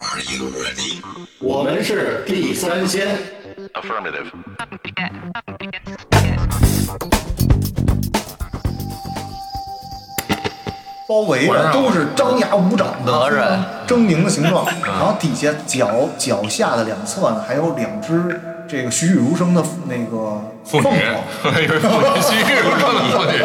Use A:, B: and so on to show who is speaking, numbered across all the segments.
A: Are you ready?
B: 我们是地三鲜。
A: Affirmative.
C: 包围着都是张牙舞爪的狰狞的
D: 嗯
C: 形状，然后底下脚脚下的两侧呢，还有两只这个栩栩如生的那个
D: 妇
C: 凤
D: 女，
C: 凰。
D: 一位妇女去日本的妇女。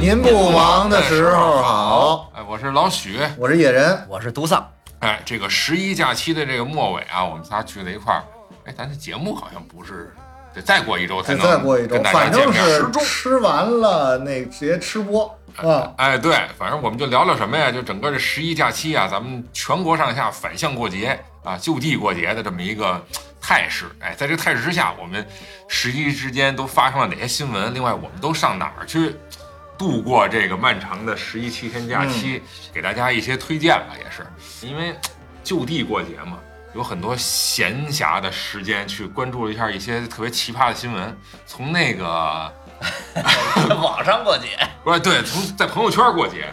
C: 您不忙的时候好，
D: 哎，我是老许。
C: 我是野人，
E: 我是独丧，
D: 哎，这个十一假期的这个末尾啊，我们仨聚在一块儿。哎，咱这节目好像不是得再过一周才
C: 再
D: 能
C: 再过一周
D: 跟，大家
C: 反
D: 见
C: 正
D: 面。
C: 是吃完了那直接吃播啊，
D: 哎，对，反正我们就聊聊什么呀？就整个这十一假期啊，咱们全国上下反向过节啊，就地过节的这么一个态势。哎，在这个态势之下，我们十一之间都发生了哪些新闻？另外，我们都上哪儿去度过这个漫长的十一七天假期？给大家一些推荐吧，也是因为就地过节嘛。有很多闲暇的时间去关注一下一些特别奇葩的新闻，从那个
E: 网上过节，
D: 不是对，从在朋友圈过 节，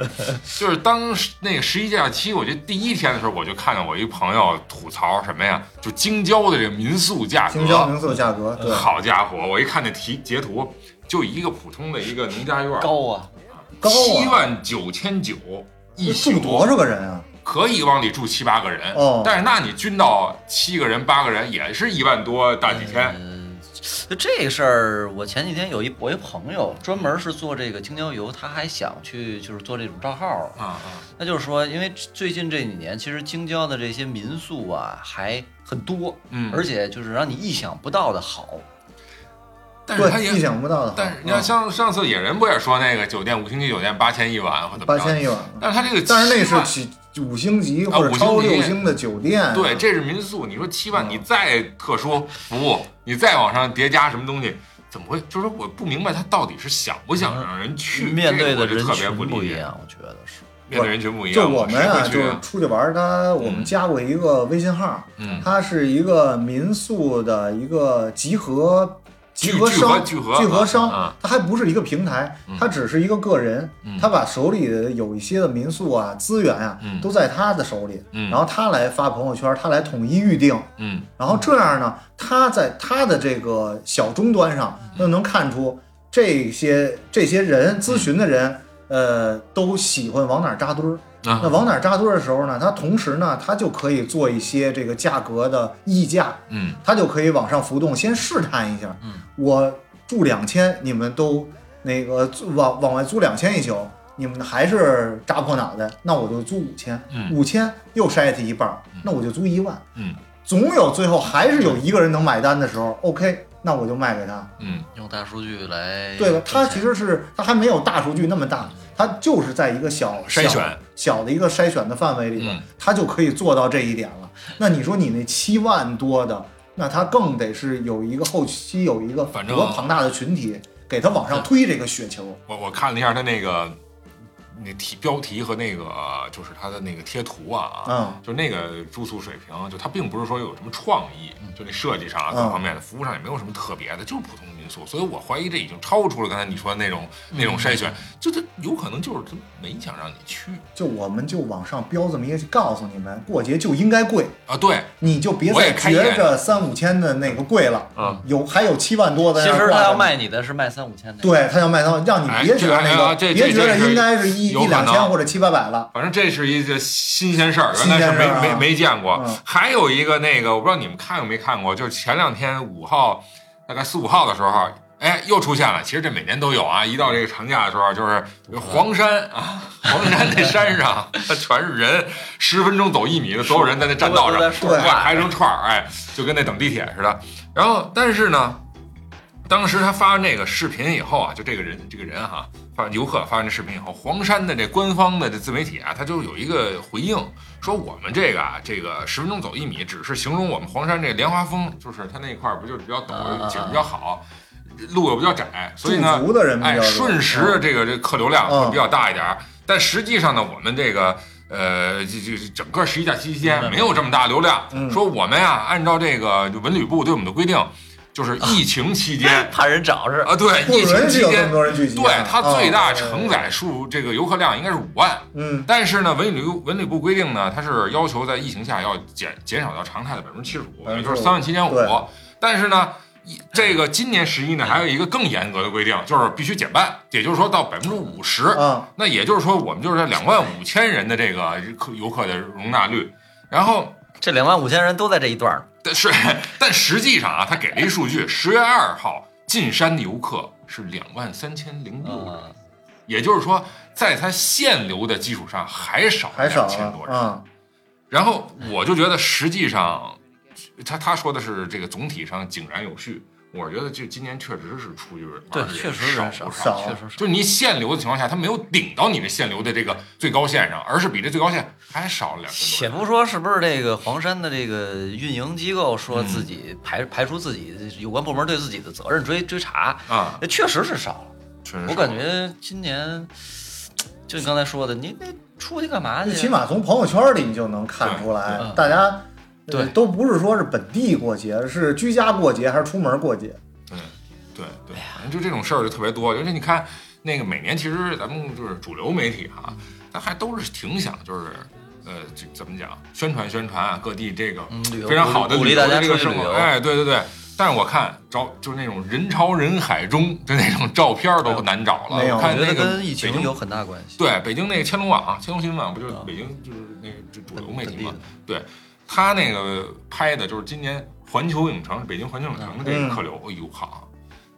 D: 就是当时那个十一假期，我觉得第一天的时候，我就看到我一朋友吐槽什么呀，就京郊的这个民宿价
C: 京郊
D: 格，
C: 民宿价格对，
D: 好家伙，我一看那题截图，就一个普通的一个农家院，
E: 高啊，
C: 高
D: 七
C: 啊，
D: 万九千九一
C: 住
D: 宿，
C: 多少个人啊？
D: 可以往里住七八个人，
C: 哦
D: 但是那你均到七个人八个人也是一万多大几千，
C: 嗯
E: 嗯就这事儿，我前几天有一我一朋友专门是做这个京郊游，他还想去就是做这种账号，
D: 啊啊，
E: 那就是说，因为最近这几年其实京郊的这些民宿啊还很多，
D: 嗯
E: 而且就是让你意想不到的好，
D: 但是他也
C: 对，意想不到的好，嗯
D: 但是你看，像上次野人不也说那个酒店五星级酒店八千一晚或怎么
C: 八
D: 着
C: 千一晚，
D: 但是他这个，
C: 但是那是起五星级
D: 啊
C: 或者
D: 五星级
C: 超六星的酒店，啊
D: 对，这是民宿。你说七万，你再特殊服务，你再往上叠加什么东西，怎么会？就是说我不明白他到底是想不想让人 去，
E: 嗯面对的
D: 这个
E: 人
D: 我就特别
E: 群
D: 理
E: 一
D: 解。
E: 样，我觉得是。
D: 面对人群不一样，
C: 就我们
D: 谁会
C: 啊，就
D: 去
C: 是
D: 啊
C: 出去玩儿，他我们
D: 嗯
C: 加过一个微信号，
D: 嗯
C: 它是一个民宿的一个集合
D: 聚
C: 集合商
D: 聚合聚合
C: 商
D: 啊啊，嗯
C: 它还不是一个平台，它只是一个个人，他把手里的有一些的民宿啊资源啊
D: 嗯
C: 都在他的手里，
D: 嗯
C: 然后他来发朋友圈，他来统一预定，
D: 嗯，
C: 然后这样呢，他在他的这个小终端上就能看出这些这些人咨询的人，呃，都喜欢往哪儿扎堆儿。
D: 啊
C: 那往哪儿扎堆儿的时候呢，他同时呢，他就可以做一些这个价格的溢价，
D: 嗯，
C: 他就可以往上浮动，先试探一下。嗯，我住两千，你们都那个租往往外租两千一宿，你们还是扎破脑袋，那我就租五千、
D: 嗯
C: 五千又筛去一半儿，那我就租一万。
D: 嗯
C: 总有最后还是有一个人能买单的时候，OK，那我就卖给他，
D: 嗯
E: 用大数据来
C: 对吧？他其实是他还没有大数据那么大，他就是在一个小
D: 筛选
C: 小小的一个筛选的范围里边
D: 嗯，
C: 他就可以做到这一点了。那你说你那七万多的，那他更得是有一个后期有一个
D: 反正
C: 多庞大的群体给他往上推这个雪球，
D: 我我看了一下他那个那题标题和那个就是他的那个贴图啊，
C: 嗯，
D: 就那个住宿水平，就他并不是说有什么创意，就那设计上啊各
C: 嗯
D: 方面的服务上也没有什么特别的，就是普通民宿，所以我怀疑这已经超出了刚才你说的那种那种筛
C: 嗯
D: 选，就他有可能就是他没想让你去
C: 就我们就往上标这么一个，告诉你们过节就应该贵。
D: 啊，对，
C: 你就别
D: 我也
C: 再
D: 开眼
C: 觉着三五千的那个贵了，
D: 嗯
C: 有还有七万多的
E: 其
C: 那儿挂着
E: 实
C: 呢。
E: 他要卖你的是卖三五千的，，
C: 对他要卖到，让你
D: 哎
C: 别觉得
D: 这
C: 那
D: 哎
C: 个，
D: 呀这这
C: 别觉得
D: 这是
C: 应该是一
D: 有
C: 一
D: 可能
C: 两千或者七八百了。
D: 反正这是一个新鲜事儿，
C: 新
D: 原
C: 鲜
D: 来
C: 事儿啊
D: 是没、没没见过、
C: 嗯
D: 还有一个那个，我不知道你们看没看过，就是前两天五号，大概四五号的时候，哎，又出现了。其实这每年都有啊，一到这个长假的时候，就是
C: 嗯
D: 黄山啊，黄山那山上它全是人，十分钟走一米的，所有人在那栈道上
E: 都在说
C: 话
D: 哇排成串儿，哎，就跟那等地铁似的。然后，但是呢，当时他发完这个视频以后啊，就这个人这个人哈、发游客发完这视频以后，黄山的这官方的这自媒体啊，他就有一个回应，说我们这个啊，这个十分钟走一米，只是形容我们黄山这莲花峰，就是它那块儿不就是比较
E: 啊
D: 陡，景比较好，路又比较窄，所以呢
C: 驻，足的人比较
D: 哎，
C: 多，
D: 瞬时这个这个客流量
C: 嗯
D: 会比较大一点儿。但实际上呢，我们这个呃，这这这整个十一
C: 嗯
D: 假期间没有这么大流量。说我们呀，按照这个文旅部对我们的规定，就是疫情期间
E: 怕人找是吧？
D: 啊，对，
C: 啊哎不
D: 疫情
C: 允许
D: 期
C: 有这
D: 间
C: 么，多人聚集啊、
D: 对它最
C: 啊
D: 大承，载数这个游客量应该是五万。
C: 嗯
D: 但是呢，文旅文旅部规定呢，它是要求在疫情下要减减少到常态的百分之七十五，也就是
C: 75%
D: 三万七千五
C: 对。
D: 但是呢，一这个今年十一呢，还有一个更严格的规定，就是必须减半，也就是说到百分之五十。
C: 啊，
D: 那也就是说，我们就是在两万五千人的这个客游客的容纳率。然后，
E: 这两万五千人都在这一段儿
D: 但是 但实际上啊，他给了一数据，十月二号进山的游客是两万三千零六人，
E: 呢，
D: 也就是说，在他限流的基础上还少
C: 还少
D: 两千多
C: 了
D: 人。
C: 啊，
D: 然后我就觉得，实际上，他他说的是这个总体上井然有序。我觉得就今年确实是出于人
E: 对，
D: 而且
E: 确实
D: 少
E: 人少，
D: 不
E: 啊
C: 少
E: 确实少。
D: 就是你限流的情况下，他没有顶到你的限流的这个最高线上，而是比这最高线还少两
E: 且
D: 千多人。
E: 不说是不是这个黄山的这个运营机构说自
D: 嗯
E: 己排、排除自己有关部门对自己的责任追追查，
D: 啊，
E: 那确实是少了。
D: 确实
E: 我
D: 少
E: 感觉今年，就你刚才说的，你那出去干嘛去？啊
C: 最起码从朋友圈里你就能看
E: 对
C: 出
E: 对
C: 来，
E: 嗯
C: 大家呃
E: 对
C: 都不是说是本地过节，是居家过节还是出门过节？
D: 对对对，反正就这种事儿就特别多。尤其你看那个每年，其实咱们就是主流媒体
E: 嗯
D: 啊，咱还都是挺想就是呃，这怎么讲，宣传宣传啊，各地这个
E: 嗯旅游
D: 非常好的
E: 鼓励
D: 旅游
E: 大家
D: 的这个
E: 出去
D: 生
E: 旅
D: 活。
E: 游
D: 哎，对对对。但是我看找就是那种人潮人海中的那种照片儿都难找了。
C: 没有
D: 我
E: 我
D: 看
E: 觉
D: 哎那
E: 得
D: 个
E: 跟疫
D: 北
E: 情
D: 京
E: 有很大关系。
D: 对，北京那个千龙网、千龙新闻网不就是
E: 啊
D: 北京就是那个这主流
E: 本
D: 媒
E: 本
D: 体
E: 地
D: 嘛
E: 的？
D: 对，他那个拍的就是今年环球影城，北京环球影城的这个客流，哎呦好，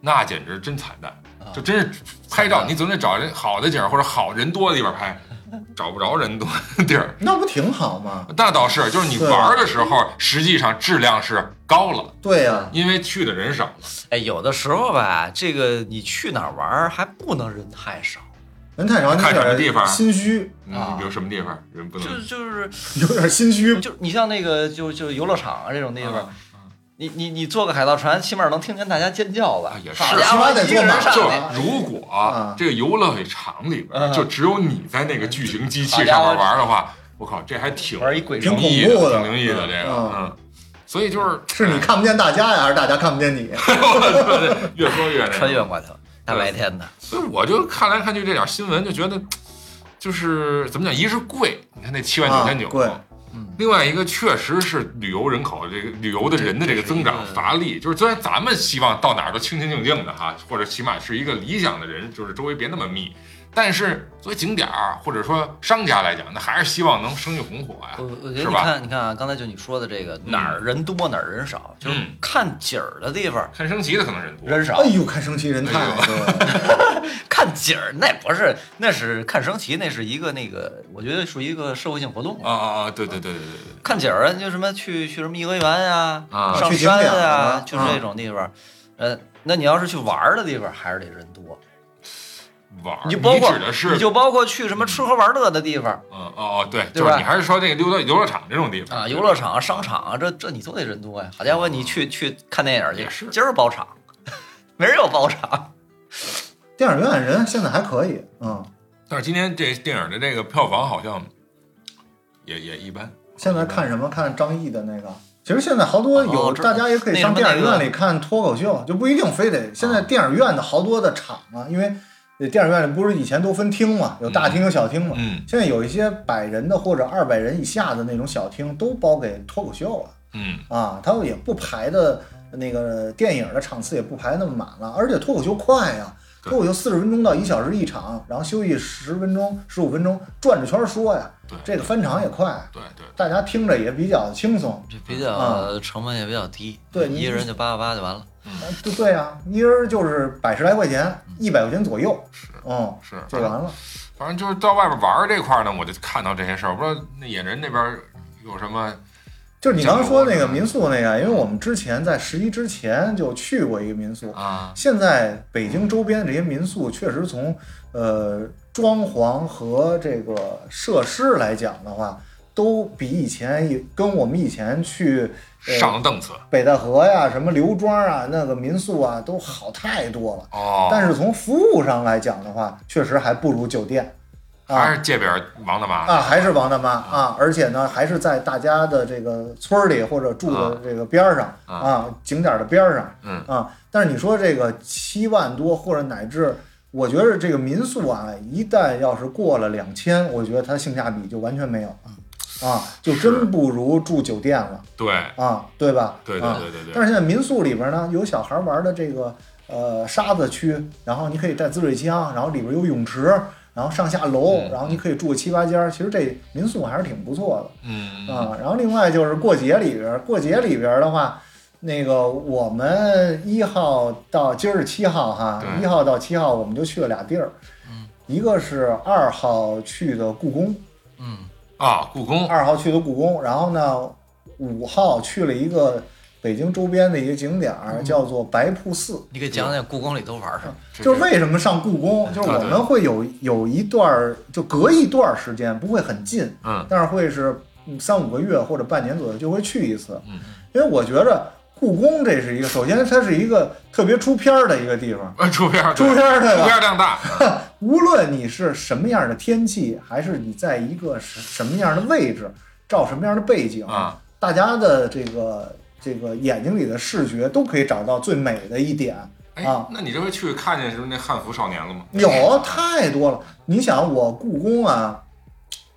D: 那简直真惨淡，
E: 嗯啊
D: 就真是拍照
E: 惨淡
D: 你总得找人好的景儿或者好人多的地方拍，找不着人多的地儿。
C: 那不挺好吗？
D: 那倒是，就是你
C: 是啊
D: 玩儿的时候，实际上质量是高了，
C: 对呀、
D: 因为去的人少了。
E: 哎，有的时候吧，这个你去哪儿玩儿还不能人太少，
C: 人太少，你
D: 看
C: 有
D: 什么地
C: 点
D: 方
C: 心虚，
D: 嗯，
E: 啊
D: 比如什么地方人不能
E: 就就是
C: 有点心虚。
E: 就是你像那个就就游乐场啊这种地方，
D: 啊
E: 你你你坐个海盗船，起码能听见大家尖叫吧？
D: 啊也是
E: 好家
C: 起码
E: 伙，
C: 得
E: 一个人上
C: 坐
D: 就
C: 满
E: 去，
C: 啊
D: 如果
C: 啊
D: 这个游乐场里边
E: 嗯
D: 就只有你在那个巨型机器
E: 好
D: 上
E: 家伙
D: 面玩的话，我靠，这还挺
E: 玩一鬼
D: 挺
E: 城
D: 灵异
C: 挺恐怖
D: 的，
C: 的
D: 挺灵异的这个，
C: 嗯
D: 嗯。所以就是
C: 是 你看不见大家呀，还是大家看不见你？
D: 越说越那个
E: 穿越过去了，大白天的，
D: 所以我就看来看去这点新闻，就觉得就是怎么讲，一是贵，你看那七万九千
C: 啊
D: 九
C: 贵，
E: 嗯
D: 另外一个确实是旅游人口这个旅游的人的这个增长
E: 这是一个
D: 乏力，就是虽然咱们希望到哪儿都清清静静的哈，或者起码是一个理想的人，就是周围别那么密。但是作为景点儿或者说商家来讲，那还是希望能生意红火呀
E: 我我觉
D: 是
E: 得你
D: 吧
E: 看你看啊，刚才就你说的这个哪儿人多哪儿人少，就是
D: 嗯
E: 看景儿的地方
D: 看升旗的可能人多，
E: 人少
C: 哎，呦，看生气人太
D: 哎
C: 多了，
E: 看景儿那不是那是看升旗，那是一个那个，我觉得属于一个社会性活动
D: 啊。啊啊！对对对对对对，
E: 看景儿啊，就什么去去什么颐和园呀、
D: 啊
E: 上
C: 去景
E: 山
C: 点儿
E: 呀
C: 啊，
E: 就是这种地方。呃，那你要是去玩儿的地方，还是得人多。
D: 玩儿
E: 你就包括
D: 指的是
E: 就包括去什么吃喝玩乐的地方
D: 嗯哦哦对，
E: 对
D: 就
E: 吧
D: 是你还是说这个游乐游乐场这种地方
E: 啊，游乐场啊、商场啊，这这你都得人多呀。好家伙，你去去看电影儿去，
D: 也是
E: 今儿包场， 明儿又包场，
C: 电影院人现在还可以，嗯，
D: 但是今天这电影的这个票房好像也也一般。
C: 现在看什么？看张译的那个。其实现在好多
E: 哦
C: 有，
E: 这
C: 大家也可以上
E: 那什嗯
C: 电
E: 么
C: 影院里看脱口秀，就不一定非得。现在电影院的好多的场啊，因为呃电影院里不是以前都分厅嘛，有大厅有小厅嘛，
D: 嗯
C: 现在有一些百人的或者二百人以下的那种小厅都包给脱口秀了
D: 嗯，
C: 啊，它也不排的那个电影的场次也不排那么满了，而且脱口秀快呀、
D: 对
C: 脱口秀四十分钟到一小时一场，然后休息十分钟、十五分钟，转着圈儿说呀
D: 对，
C: 这个翻场也快，
D: 对对。
C: 大家听着也比较轻松。
E: 这比较
C: 啊
E: 成本也比较低，
C: 对你
E: 一个人就八八八就完了。
C: 呃对对啊，一人就是百十来块钱，一百块钱左右，嗯，
D: 嗯是
C: 就完了。
D: 反正就是到外边玩儿这块儿呢，我就看到这些事儿。我不知道那野人那边儿有什么
C: 就是你刚刚说那个民宿那个，因为我们之前在十一之前就去过一个民宿，
D: 啊
C: 现在北京周边的这些民宿确实从呃装潢和这个设施来讲的话，都比以前有跟我们以前去呃
D: 上档次
C: 北戴河呀、什么刘庄啊、那个民宿啊都好太多了。
D: 哦。
C: 但是从服务上来讲的话，确实还不如酒店。
D: 还是界边王大妈
C: 啊，还是王大妈啊，而且呢，还是在大家的这个村儿里或者住的这个边儿上
D: 啊
C: 啊，景点儿的边儿上，
D: 嗯
C: 啊，但是你说这个七万多或者乃至，我觉得这个民宿啊，一旦要是过了两千，我觉得它性价比就完全没有了啊，就真不如住酒店了
D: 对
C: 啊，对吧？
D: 对
C: 啊
D: 对对对对，
C: 但是现在民宿里边呢，有小孩玩的这个呃沙子区，然后你可以带滋水枪，然后里边有泳池，然后上下楼，
D: 嗯
C: 然后你可以住个七八间儿。其实这民宿还是挺不错
D: 嗯
C: 的啊。然后另外就是过节里边，过节里边的话，那个我们一号到今儿是七号哈，
D: 对嗯
C: 一号到七号我们就去了俩地儿，一个是二号去的故宫，
E: 嗯，
D: 啊，故宫
C: 二号去的故宫，然后呢，五号去了一个北京周边的一个景点
D: 嗯
C: 儿，叫做白瀑寺。
E: 你给讲讲故宫里都玩什么？
D: 这
C: 就是为什么上故宫，就是我
D: 对对
C: 们会有有一段儿，就隔一段儿时间，不会很近，
D: 嗯
C: 但是会是嗯三五个月或者半年左右就会去一次。
D: 嗯，
C: 因为我觉着故宫这是一个，首先它是一个特别出片儿的一个地方，
D: 呃出片儿
C: 出
D: 对
C: 片儿的
D: 出片儿量大，
C: 无论你是什么样的天气，还是你在一个什什么样的位置，照什么样的背景
D: 啊，
C: 大家的这个这个眼睛里的视觉都可以找到最美的一点。
D: 哎
C: 啊，
D: 那你这回去看见是不是那汉服少年了吗？啊
C: 有太多了，你想我故宫啊，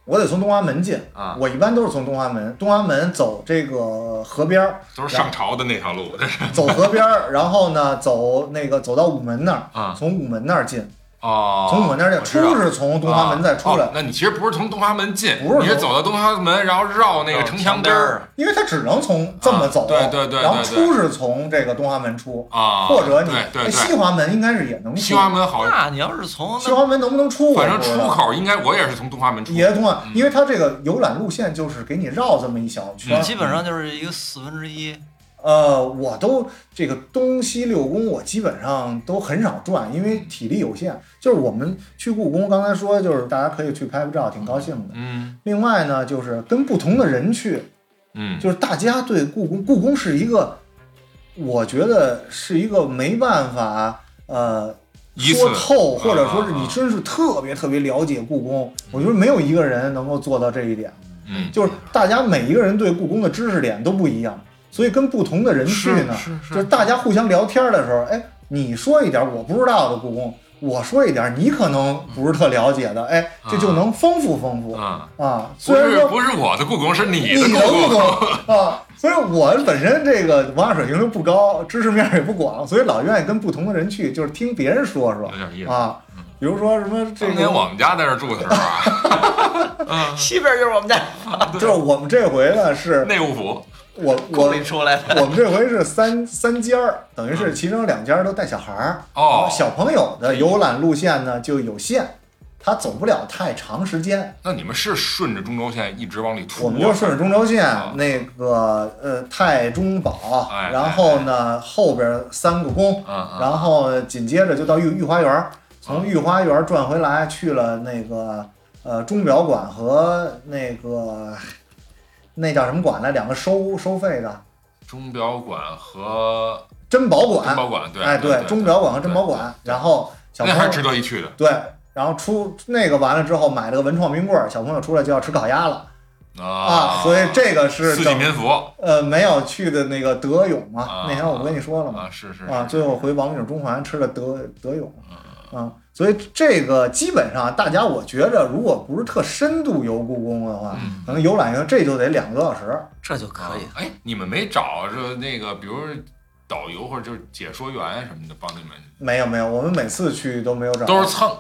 C: 我得从东华门进
D: 啊
C: 我一般都是从东华门，东华门走这个河边 儿，
D: 都是上朝的那条路，这是
C: 走河边儿，然后呢走那个走到午门那儿，
D: 啊
C: 从午门那儿进，
D: 哦，
C: 从午门那儿进，
D: 我知道
C: 出是从东华门再出来。
D: 啊哦那你其实不是从东华门进，
C: 不是
D: 你是走到东华门，然后绕那个城墙根儿
C: 因为它只能从这么走，
D: 啊对对对对
C: 然后
D: 对
C: 出是从这个东华门出，
D: 啊，
C: 或者你
D: 对对
C: 哎西
D: 对，
C: 华门应该是也能出，
D: 西华门好，
E: 啊那你要是从
C: 西
E: 那
C: 华门能不能出？
D: 反正
C: 我不知
D: 出
C: 道
D: 口应该我也是从东华门出，
C: 也通啊，因为它这个游览路线就是给你绕这么一小圈，
D: 嗯
E: 基本上就是一个四分之一，
C: 呃，我都这个东西六宫，我基本上都很少转，因为体力有限。就是我们去故宫，刚才说就是大家可以去拍拍照，挺高兴的。
D: 嗯
C: 另外呢，就是跟不同的人去，
D: 嗯，
C: 就是大家对故宫，故宫是一个，我觉得是一个没办法呃
D: 一
C: 说
D: 次
C: 透，或者说是
D: 啊啊嗯啊
C: 你真是特别特别了解故宫，我觉得没有一个人能够做到这一点。
D: 嗯
C: 就是大家每一个人对故宫的知识点都不一样，所以跟不同的人去呢，
D: 是是是
C: 就是大家互相聊天的时候，哎，你说一点我不知道的故宫，我说一点你可能不是特了解的，哎，这就能丰富丰富
D: 啊，
C: 啊。虽
D: 不
C: 然
D: 是
C: 说
D: 不是我的故宫，是你
C: 你
D: 故
C: 能
D: 宫
C: 不懂啊，所以我本身这个文化水平就不高，知识面也不广，所以老愿意跟不同的人去，就是听别人说说
D: 有点意思。嗯
C: 啊，比如说什么这
D: 当
C: 个
D: 年我们家在这住的时候 啊，
E: 西边就是我们家
C: 就是我们这回呢是
D: 内务府
C: 我我
E: 宫里出来的。
C: 我们这回是三三间儿，等于是其中两间儿都带小孩儿。
D: 哦
C: 小朋友的游览路线呢就有限，他走不了太长时间。
D: 那你们是顺着中轴线一直往里突啊？
C: 我们就顺着中轴线
D: 啊，
C: 那个呃太中堡
D: 哎哎，
C: 然后呢后边三个宫，
D: 啊啊
C: 然后紧接着就到御御花园儿，从御花园儿转回来去了那个呃钟表馆和那个那叫什么馆来？两个收收费的
D: 钟表馆和
C: 珍宝馆，
D: 珍宝馆，对，
C: 哎，
D: 对，
C: 钟表馆和珍宝馆，然后小
D: 对
C: 朋
D: 那还是值
C: 友
D: 得一去的
C: 对，然后出那个完了之后买了个文创冰棍儿，小朋友出来就要吃烤鸭了啊，所以这个是
D: 四季
C: 整
D: 民福
C: 呃没有去的那个德勇嘛，
D: 啊
C: 那天我不跟你说了吗？
D: 啊，嗯是是
C: 啊，
D: 是
C: 最后回王景中环吃了德德勇啊，所以这个基本上大家我觉着，如果不是特深度游故宫的话，
D: 嗯
C: 可能游览一个这就得两个多小时。
E: 这就可以
D: 啊。哎，你们没找着那个，比如导游或者就是解说员什么的帮你们，
C: 没有没有，我们每次去都没有找，
D: 都是蹭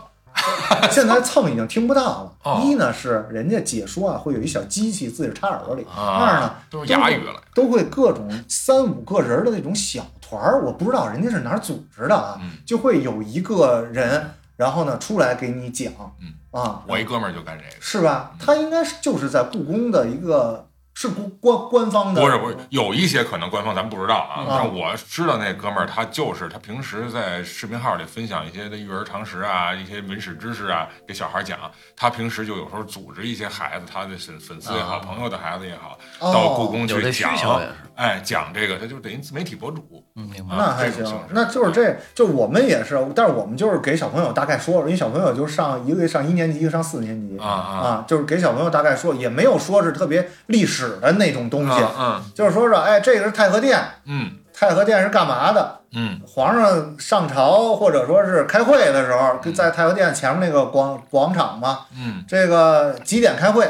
C: 现在蹭已经听不到了。
D: 哦
C: 一呢是人家解说啊，会有一小机器自己插耳朵里；
D: 啊
C: 二呢
D: 都是哑语了，
C: 都会各种三五个人的那种小团儿，我不知道人家是哪儿组织的啊，
D: 嗯
C: 就会有一个人，然后呢出来给你讲，
D: 嗯
C: 啊，嗯
D: 我一哥们儿就干这个，
C: 是吧？他应该是就是在故宫的一个是官官官方的，
D: 不是不是，有一些可能官方咱们不知道啊
C: 嗯，
D: 但我知道那哥们儿他就是他平时在视频号里分享一些的育儿常识啊，一些文史知识啊，给小孩讲。他平时就有时候组织一些孩子，他的粉粉丝也好，
E: 啊
D: 朋友的孩子也好，
C: 哦
D: 到故宫
E: 有
D: 去
E: 这需
D: 讲
E: 求也是，
D: 哎，讲这个，他就等于自媒体博主。
E: 嗯，明白。
C: 那
D: 啊
C: 还
D: 这
C: 行
D: 种形式，
C: 那就是这就我们也是，但是我们就是给小朋友大概说，因为小朋友就上一个上一年级，一个上四年级
D: 啊啊
C: 就是给小朋友大概说，也没有说是特别历史的那种东西，
D: 嗯
C: 就是说是哎，这个是太和殿，
D: 嗯
C: 太和殿是干嘛的？
D: 嗯
C: 皇上上朝或者说是开会的时候，在太和殿前面那个广广场嘛，
D: 嗯
C: 这个几点开会？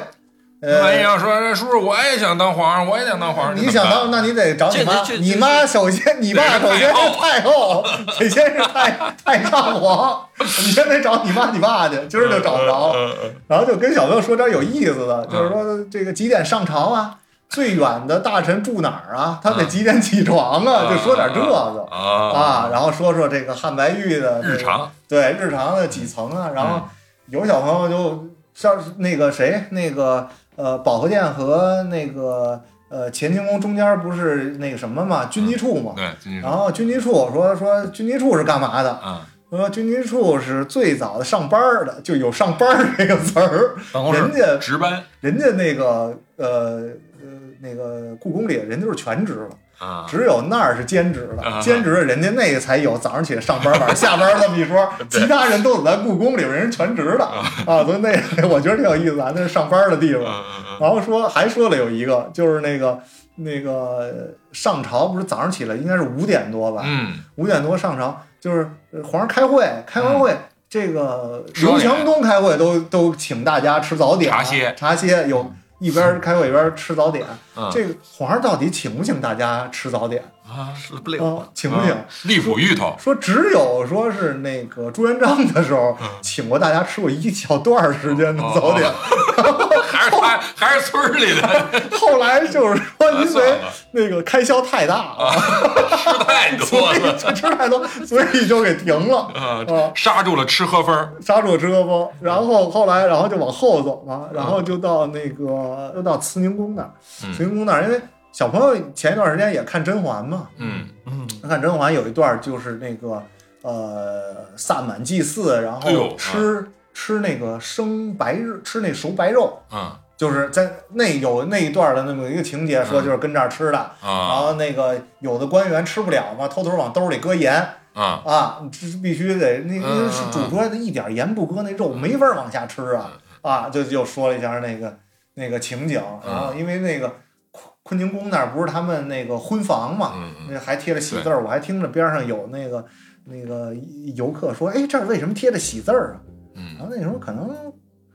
D: 嗯，万一
C: 呃，
D: 要说叔叔我也想当皇上，我也想当皇上，
C: 你想当，那你得找你妈
E: 这这，这
C: 你妈首先，你爸首先是太后，得先是太太上皇，你先得找你妈你爸去，今儿就找不着。
D: 嗯
C: 然后就跟小朋友说点有意思的，就是说这个几点上朝啊，最远的大臣住哪儿啊，他得几点起床
D: 嗯
C: 啊，就说点这个
D: 啊
C: 啊，然后说说这个汉白玉的这个
D: 日常嗯
C: 对日常的几层啊，然后有小朋友就像是那个谁，那个呃保和殿和那个呃乾清宫中间不是那个什么嘛，军机处嘛。
D: 对，进去
C: 然后军机处说说军机处是干嘛的？
D: 嗯
C: 说军机处是最早的上班儿的，就有上班儿这个词儿。
E: 办公室
C: 人家
D: 值班
C: 人家那个呃呃那个故宫里人家都是全职了，
D: 啊，
C: 只有那儿是兼职
D: 啊
C: 的，兼职的人家那个才有早上起来上班，晚上 下班这么一说，其他人都在故宫里边，人是全职的啊，所以那我觉得挺有意思啊，那是上班的地方。
D: 嗯
C: 然后说还说了有一个，就是那个那个上朝不是早上起来应该是五点多吧，
D: 嗯。
C: 五点多上朝，就是呃皇上开会，开完会。这个
D: 吃早嗯
C: 刘
D: 点
C: 强东开会都都请大家吃早点、
D: 茶歇
C: 茶歇有一边开会一边吃早点。
D: 嗯
C: 这个皇上到底请不请大家吃早点？
D: 啊，
E: 是不了。
C: 啊，请不请？
D: 利浦芋头
C: 说只有说是那个朱元璋的时
D: 嗯
C: 候，请过大家吃过一小段儿时间的
D: 哦
C: 早点，
D: 还是他还是村儿里的，
C: 后来就是说因
D: 呃算
C: 为
D: 了啊
C: 那个开销太大了，
D: 吃太多
C: 所以
D: 了
C: 就吃太多，所以就给停了。
D: 啊
C: 啊，
D: 刹住了吃喝分儿
C: 杀猪吃喝风，
D: 嗯
C: 然后后来，然后就往后走嘛，然后就到那个，又到慈宁宫那儿。
D: 嗯
C: 慈宁宫那儿，因为小朋友前一段时间也看《甄嬛》嘛，
D: 嗯
E: 嗯，
C: 他看《甄嬛》有一段就是那个呃萨满祭祀，然
D: 哎呦
C: 后吃、吃那个生白肉，吃那熟白肉，
D: 嗯
C: 就是在那有那一段的那么一个情节，说
D: 嗯
C: 就是跟这儿吃的，然
D: 啊
C: 后那个有的官员吃不了嘛，偷偷往兜里搁盐
D: 啊
C: 啊，这是必须得那
D: 嗯嗯
C: 那是煮出来的一点盐不搁，那肉没法往下吃啊啊，就就说了一下那个那个情景，
D: 嗯
C: 然后因为那个。坤坤宁宫那儿不是他们那个婚房嘛，
D: 嗯嗯
C: 那还贴着喜字儿，我还听着边上有那个那个游客说：“哎，这儿为什么贴着喜字儿啊？”然
D: 嗯，
C: 后那时候可能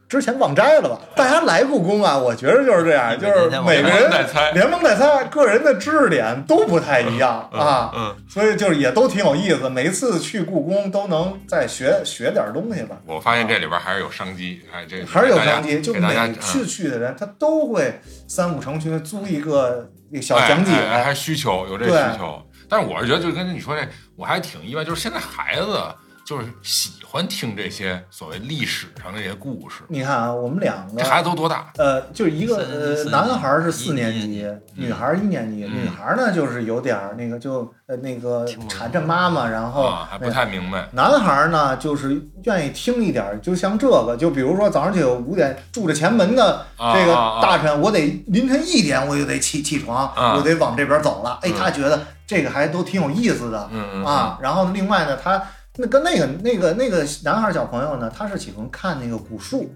C: 之前忘摘了吧。大家来故宫啊，我觉得就是这样，就是每个
D: 在
C: 人
D: 猜，
C: 联盟在猜，个人的知识点都不太一样啊，
D: 嗯，
C: 所以就是也都挺有意思。每次去故宫都能再学学点东西吧，
D: 我发现这里边还是有商机，哎，这
C: 还是有
D: 给大家
C: 商机。就
D: 给大家嗯
C: 每次去的人，他都会三五成群地租一个小讲解，
D: 哎哎还需求有这
C: 对
D: 需求。但是我是觉得，就跟你说这，我还挺意外，就是现在孩子就是喜欢听这些所谓历史上的这些故事。
C: 你看啊，我们两个
D: 这孩子都多大？
C: 呃，就是一个
E: 三年级四年
C: 呃，
E: 级
C: 男孩儿是四
E: 一
C: 年
E: 一
C: 级
E: 年，嗯
C: 女孩儿一年级。女孩儿呢，就是有点儿那个，就呃那个
E: 听不懂
C: 缠着妈妈，然后
D: 啊，还不
C: 那个
D: 太明白。
C: 男孩儿呢，就是愿意听一点儿，就像这个，就比如说早上起来五点住着前门的
D: 啊
C: 这个
D: 啊啊
C: 大臣，我得凌晨一点我就得起起床
D: 啊，
C: 我得往这边走了。哎
D: 嗯，
C: 他觉得这个还都挺有意思的
D: 嗯嗯
C: 啊。然后另外呢，他那跟那个那个那个男孩儿小朋友呢，他是喜欢看那个古树，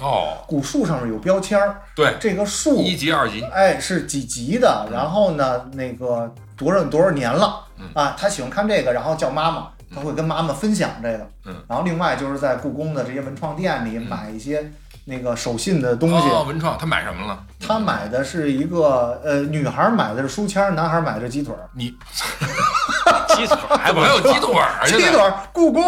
D: 哦，
C: 古树上面有标签儿，
D: 对，
C: 这个树
D: 一级、二级，
C: 哎是几级的，然后呢那个多少多少年了
D: 嗯
C: 啊，他喜欢看这个，然后叫妈妈，他会跟妈妈分享这个。
D: 嗯，
C: 然后另外就是在故宫的这些文创店里
D: 嗯
C: 买一些那个手信的东西。
D: 哦，文创，他买什么了？
C: 他买的是一个呃，女孩买的是书签儿，男孩买的是鸡腿儿。
D: 你
E: 鸡腿 儿还
D: 还
E: 不
D: 没有鸡腿儿，啊
C: 鸡
D: 现在
C: 腿儿，故宫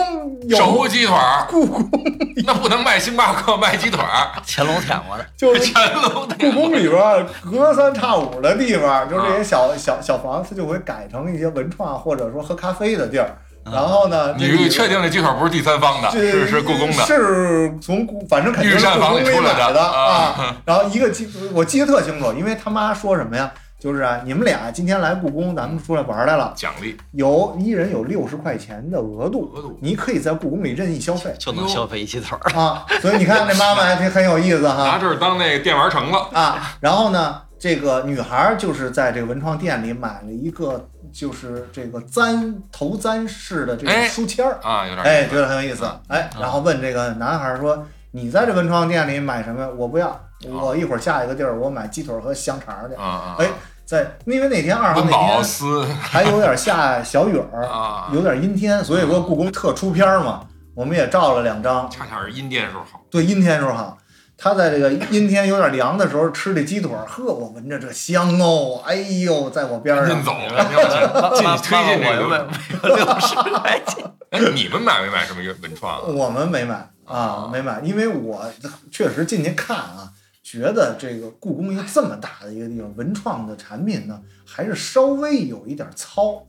D: 手
C: 有
D: 工鸡腿儿，
C: 故宫
D: 那不能卖星巴克卖鸡腿儿，
E: 乾隆舔过的，
C: 就是
D: 乾隆
C: 故宫里边儿隔三差五
D: 啊
C: 的地方，就是这些小小小房子，就会改成一些文创或者说喝咖啡的地儿。然后呢，这
D: 啊你
C: 个
D: 确定这鸡腿不是第三方的，
C: 这
D: 是是故宫的？
C: 是从故，反正肯定是故宫里
D: 御膳房里出
C: 买
D: 来的
C: 啊。 然后一个记，我记得特清楚，因为他妈说什么呀？就是啊，你们俩今天来故宫，咱们出来玩来了，
D: 奖励
C: 有一人有六十块钱的额度，
D: 额度
C: 你可以在故宫里任意消费
E: 就能消费一鸡腿儿。
C: 啊。所以你看这妈妈还挺很有意思哈。
D: 拿这儿当那电玩城了，
C: 啊，然后呢，这个女孩儿就是在这个文创店里买了一个，就是这个簪头簪式的这个
D: 哎嗯
C: 书签儿，
D: 啊，有点
C: 哎，
D: 意
C: 觉
D: 思。
C: 得很有意思，哎，然后问这个男孩儿说：“你在这文创店里买什么呀？”我不要，我一会儿下一个地儿我买鸡腿儿和香肠儿去。
D: 啊啊
C: 哎，在因为那天二号
D: 温
C: 那
D: 饱啊
C: 天
D: 思
C: 还有点下小雨儿，
D: 啊，
C: 有点阴天，所以说故宫特出片儿嘛，我们也照了两张，
D: 恰恰是阴天的时候好。
C: 对，阴天时候好。他在这个阴天有点凉的时候吃这鸡腿儿，呵，我闻着这香哦，哎呦，在我边儿
D: 赶紧
C: 上
D: 走，赶紧
E: 哎
D: 要进进去推进
E: 妈妈
D: 这
E: 我
D: 个。
E: 没有六十块钱，
D: 哎，你们买没买什么文创啊？
C: 我们没买啊
D: 啊，
C: 没买，因为我确实进去看啊，觉得这个故宫一个这么大的一个地方，文创的产品呢，还是稍微有一点糙，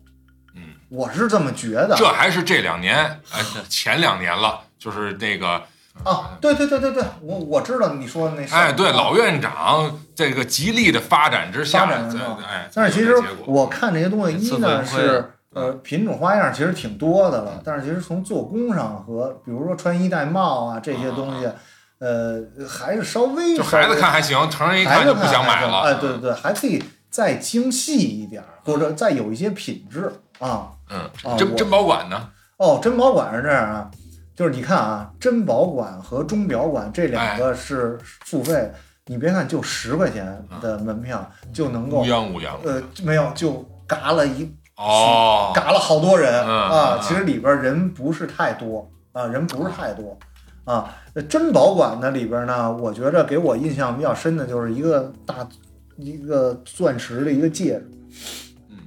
D: 嗯，
C: 我是啊这么觉得。
D: 这还是这两年，哎，前两年了，就是那个，
C: 啊，对对对对对，我我知道你说的那事儿。啊
D: 哎，对，老院长这个极力的发展之下，
C: 发展
D: 对
C: 是吧
D: 哎，
C: 但是其
D: 有这
C: 实
D: 结果嗯
C: 我看这些东西，一
E: 四
C: 呢
E: 分亏
C: 是呃品种花样其实挺多的
D: 嗯
C: 了，但是其实从做工上和比如说穿衣戴帽啊这些东西，呃还是稍微
D: 就孩子看还行，成人一看就不想买了。嗯
C: 哎，对对对，还可以再精细一点儿，或者再有一些品质啊。
D: 嗯
C: 啊，
D: 珍
C: 我
D: 珍宝馆呢？
C: 哦，珍宝馆是这样啊，就是你看啊，珍宝馆和钟表馆这两
D: 哎
C: 个是付费，你别看就十块钱的门票
D: 哎
C: 就能够
D: 乌泱乌泱
C: 呃
D: 的。
C: 没有就嘎了一
D: 哦，
C: 嘎了好多人
D: 嗯
C: 啊
D: 嗯，
C: 其实里边人不是太多啊，人不是太多啊。呃珍宝馆呢里边呢，我觉着给我印象比较深的就是一个大一个钻石的一个戒指。
D: 嗯，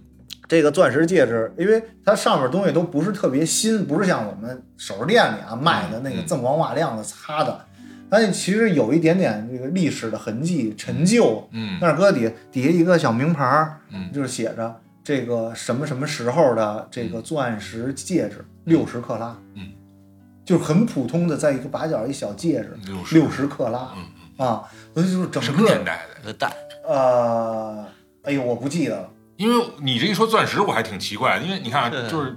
C: 这个钻石戒指，因为它上面东西都不是特别新，不是像我们首饰店里啊卖的那个
D: 嗯
C: 锃光瓦亮的擦的，它其实有一点点这个历史的痕迹、陈旧。
D: 嗯
C: 那儿搁底底下一个小名牌儿，
D: 嗯
C: 就是写着这个什么什么时候的这个钻石戒指六十克拉，
D: 嗯，
C: 就是很普通的，在一个把角一小戒指，
D: 60
C: 六十克拉，
D: 嗯
C: 啊，所以就是整
D: 什么年
C: 个
D: 代的？
E: 呃大
C: 呃，哎呦，我不记得了，
D: 因为你这一说钻石，我还挺奇怪的，因为你看啊，
E: 对
D: 就是，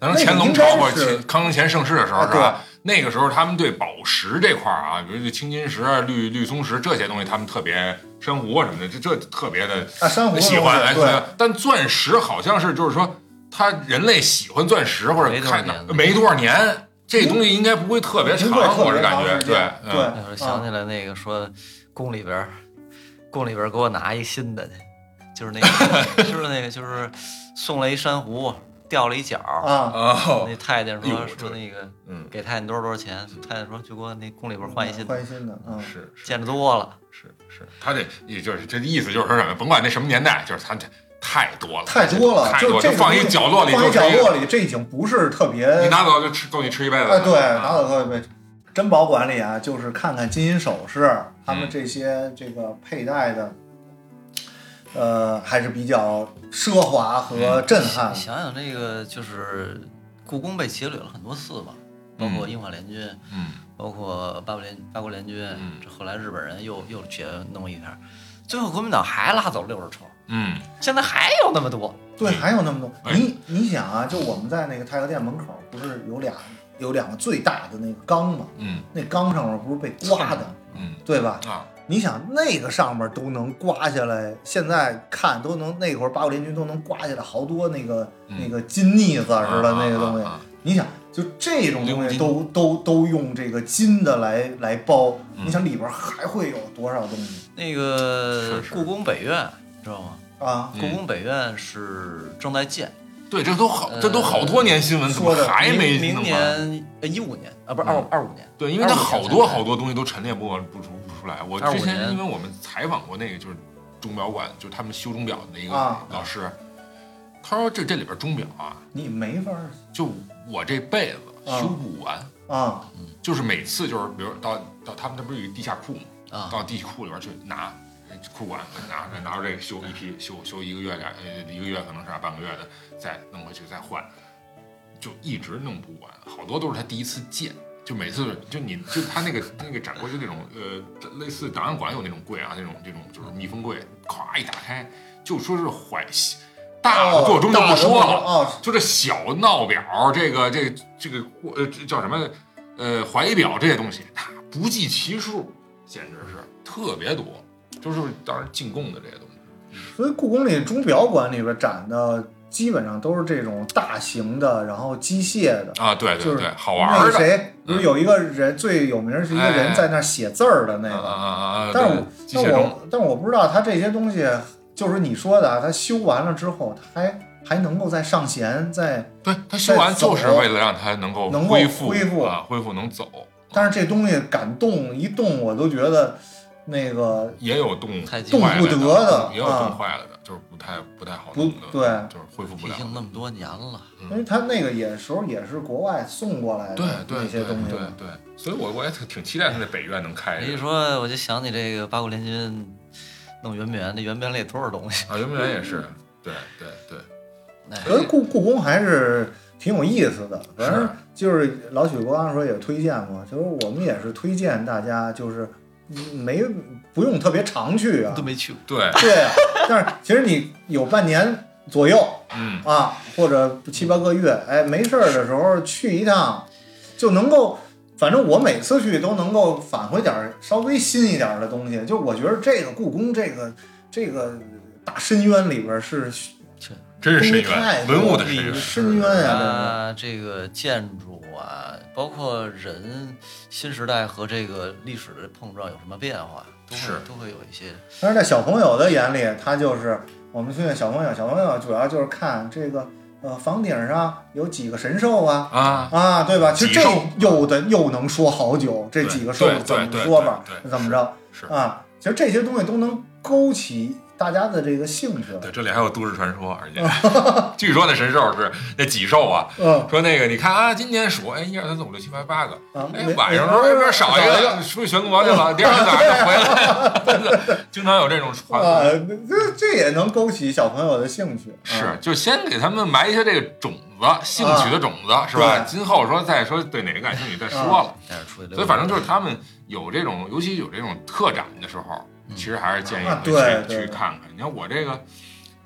D: 咱说乾隆朝或者乾康乾盛世的时候
C: 啊
D: 是
C: 对
D: 吧？那个时候他们对宝石这块儿啊，比如这青金石、啊、绿绿松石这些东西，他们特别珊瑚啊什么的，这这特别的
C: 啊，珊瑚的
D: 喜
C: 东
D: 欢。
C: 西
D: 哎，
C: 对，
D: 但钻石好像是就是说，他人类喜欢钻石或者
E: 没多少
D: 看到
E: 年
D: 没多少年，这东西应该不会特别长，
C: 对特别
D: 我是感觉
C: 长时
D: 对
C: 间
D: 嗯
C: 对
E: 哎我想起来那个说宫里边儿，宫里边儿给我拿一新的去，就是那个就是那个就是送了一珊瑚，掉了一角儿。
C: 啊，
D: 哦，
E: 那太监
D: 哎呦
E: 说说那个
D: 嗯，
E: 给太监多少多少钱，太监说就给我那宫里边儿换一新的，
C: 换一新的，嗯，
D: 是是
E: 见着多了。
D: 是是，他这也就是这意思就是说什么，甭管那什么年代，就是他这太多了，
C: 太多了，
D: 太
C: 就
D: 多，
C: 这
D: 就
C: 个
D: 放
C: 东
D: 一
C: 西
D: 角落里
C: 放
D: 就
C: 一
D: 是
C: 角
D: 一
C: 落
D: 个，
C: 里，这已经不是特别
D: 你拿走就吃够你吃一辈子
C: 哎，
D: 了。
C: 对，
D: 啊
C: 拿走喝杯。珍宝馆里啊，就是看看金银首饰，他们
D: 嗯
C: 这些这个佩戴的，呃，还是比较奢华
D: 嗯
C: 和震撼
E: 你。想想这个就是故宫被劫掠了很多次吧，包括英法联军，
D: 嗯，
E: 包括八国联八国联军，
D: 嗯
E: 这后来日本人又又劫弄一片儿，最后国民党还拉走六十车，
D: 嗯，
E: 现在还有那么多。
C: 对，还有那么多，
D: 哎
C: 你你想啊，就我们在那个太和殿门口，不是有俩有两个最大的那个缸吗？
D: 嗯
C: 那缸上面不是被刮的，
D: 嗯
C: 对吧？
D: 啊，
C: 你想那个上面都能刮下来，现在看都能那会儿八国联军都能刮下来好多那个、
D: 嗯
C: 那个金腻子似的
D: 啊
C: 那个东西。
D: 啊啊啊
C: 你想，就这种
D: 鎏
C: 东
D: 金
C: 西都都都用这个金的来来包，
D: 嗯
C: 你想里边还会有多少东西
E: 那个
D: 是是
E: 故宫北院，你知道吗？
C: 啊？
D: 嗯
E: 故宫北院是正在建，
D: 对，这都好，这都好多年新闻，怎么
C: 说的
D: 还没
E: 明明
D: 弄完？嗯
E: 年呃一五年啊，不是二二五年，
D: 对，因为它好多
E: 25年才
D: 好多东西都陈列不不出不出来。我
E: 25
D: 之前
E: 年
D: 因为我们采访过那个就是钟表馆，就是他们修钟表的那个
C: 啊
D: 老师，他说这这里边钟表啊，
C: 你没法
D: 就我这辈子
C: 啊
D: 修不完。
C: 啊
D: 就是每次就是比如到到他们这不是有一地下库吗？
E: 啊
D: 到地下库里边去拿库管拿拿出这个修一批修修一个月俩呃一个月可能是半个月的，再弄回去再换。就一直弄不完，好多都是他第一次见。就每次就你就他那个 那个展柜就那种呃类似档案馆有那种柜啊，那种这种就是密封柜，咵一打开就说是怀西大的
C: 哦
D: 座钟就不说了，
C: 啊，
D: 就这小闹表，这个这个这个呃这叫什么呃怀疑表这些东西，它不计其数，简直是特别多，就是当时进贡的这些东西。
C: 所以故宫里钟表馆里边展的基本上都是这种大型的，然后机械的。
D: 啊，对对
C: 就是
D: 对，好玩
C: 那
D: 儿
C: 个
D: 的。嗯哎
C: 谁不是有一个人最有名是一个人在那儿写字儿的那
D: 啊啊
C: 个，
D: 啊啊！
C: 但是
D: 对
C: 我
D: 机
C: 但
D: 械钟
C: 我但我不知道他这些东西，就是你说的啊，他修完了之后，他还还能够再上弦，再
D: 对他修完就是为了让他能够
C: 能够
D: 恢复
C: 恢复
D: 啊，恢复能走，
C: 但是这东西敢动一动，我都觉得那个
D: 也有动
E: 太极
D: 动
C: 动不得的
D: 也有
C: 啊
D: 动坏了的，就是不太不太好弄的，
C: 不对
D: 就是恢复不
E: 毕
D: 了。
E: 竟那么多年了，
C: 因为他那个也时候也是国外送过来
D: 对
C: 的
D: 对
C: 那些
D: 对
C: 东西
D: 对，对，所以我我也挺挺期待他在北院能开
E: 你一
D: 的
E: 说我就想起这个八国联军弄圆明园，那圆明园里有多少东 西？
D: 啊，圆明园也是，对对对，
E: 哎
C: 觉得故故宫还是挺有意思的。反正
D: 是
C: 就是老许刚刚说也推荐嘛，就是我们也是推荐大家，就是嗯没不用特别常去啊
E: 都，没去过。
D: 对，
C: 对啊。但是其实你有半年左右
D: 嗯，
C: 啊，或者七八个月，哎，没事儿的时候去一趟，就能够。反正我每次去都能够返回点儿稍微新一点儿的东西，就我觉得这个故宫这个这个大深渊里边儿是
D: 真是深
C: 东西太
D: 渊，
C: 多
D: 文物的
C: 了
D: 深渊，
C: 深渊呀、
E: 啊，这个建筑啊，包括人新时代和这个历史的碰撞有什么变化，都会
D: 是
E: 都会有一些
C: 但是在小朋友的眼里，他就是我们训练小朋友，小朋友主要就是看这个呃房顶上有几个神兽啊
D: 啊，
C: 啊，对吧？其
D: 几
C: 实这
D: 兽
C: 有的又能说好久，这
D: 对
C: 几个兽
D: 对
C: 怎么
D: 对
C: 说法
D: 对对，对
C: 怎么着
D: 是
C: 啊？其实这些东西都能勾起大家的这个兴趣。嗯
D: 对，这里还有都市传说， 而且据说那神兽是那几兽啊，
C: 嗯
D: 说那个你看啊，今年数，哎，一二三四五六七八八个，
C: 啊，
D: 哎
C: 没，
D: 晚上时候
C: 没
D: 这边少一
C: 少
D: 个，出去全国去了，第二天早上就回 来，真的经常有这种传
C: 啊
D: 闻。，
C: 这这也能勾起小朋友的兴趣。啊
D: 是，就先给他们埋一下这个种子，兴趣的种子，是吧？
C: 对啊
D: 今后说再说对哪个感兴趣再说了。
E: 带着哎出去溜达。
D: 所以反正就是他们有这种，尤其有这种特展的时候，其实还是建议
C: 啊
D: 你
C: 对
D: 们
C: 对
D: 去去
C: 对
D: 看看。你看我这个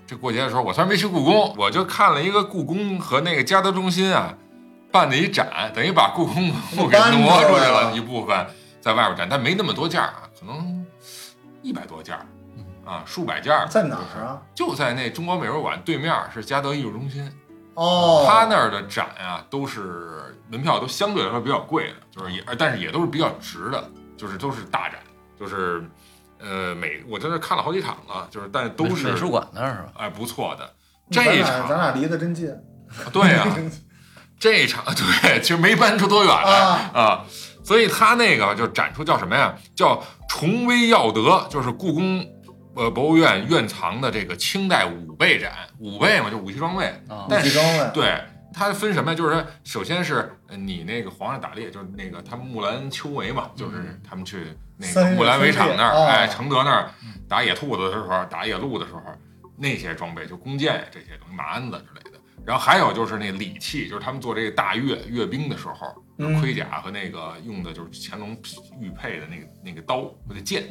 D: 这过节的时候，我虽然没去故宫，我就看了一个故宫和那个嘉德中心啊办的一展，等于把故宫文物给
C: 搬出
D: 挪出
C: 来
D: 去
C: 了
D: 了一部分，在外边展，但没那么多件儿啊，可能一百多件儿啊，数百件儿
C: 在哪儿啊？
D: 就在那中国美术馆对面是嘉德艺术中心，
C: 哦，
D: 他那儿的展啊，都是门票都相对来说比较贵的，就是也，
E: 哦
D: 但是也都是比较值的，就是都是大展，就是，呃，每我在那儿看了好几场了，就是但
E: 美
D: 都是
E: 美术馆那儿是吧？
D: 哎不错的。这
C: 咱
D: 一
C: 俩咱
D: 场
C: 俩离得真近。嗯
D: 对 啊，这一场 对，其实没搬出多远来
C: 啊
D: 啊，所以他那个就展出叫什么呀？叫崇威耀德，就是故宫呃博物院院藏的这个清代武备展，武备嘛就武器装备，
E: 啊，
D: 但
C: 武器装备
D: 是对它分什么呀？就是说，首先是呃你那个皇上打猎，就是那个他们木兰秋围嘛，就是他们去那
C: 三
D: 个
C: 月
D: 木兰围场那儿，
C: 春夜哦
D: 哎，承德那儿打野兔子的时候，打野鹿的时候，那些装备就弓箭呀这些东西，马鞍子之类的。然后还有就是那礼器，就是他们做这个大阅阅兵的时候，就是
C: 嗯
D: 盔甲和那个用的就是乾隆玉佩的那个那个刀和那剑。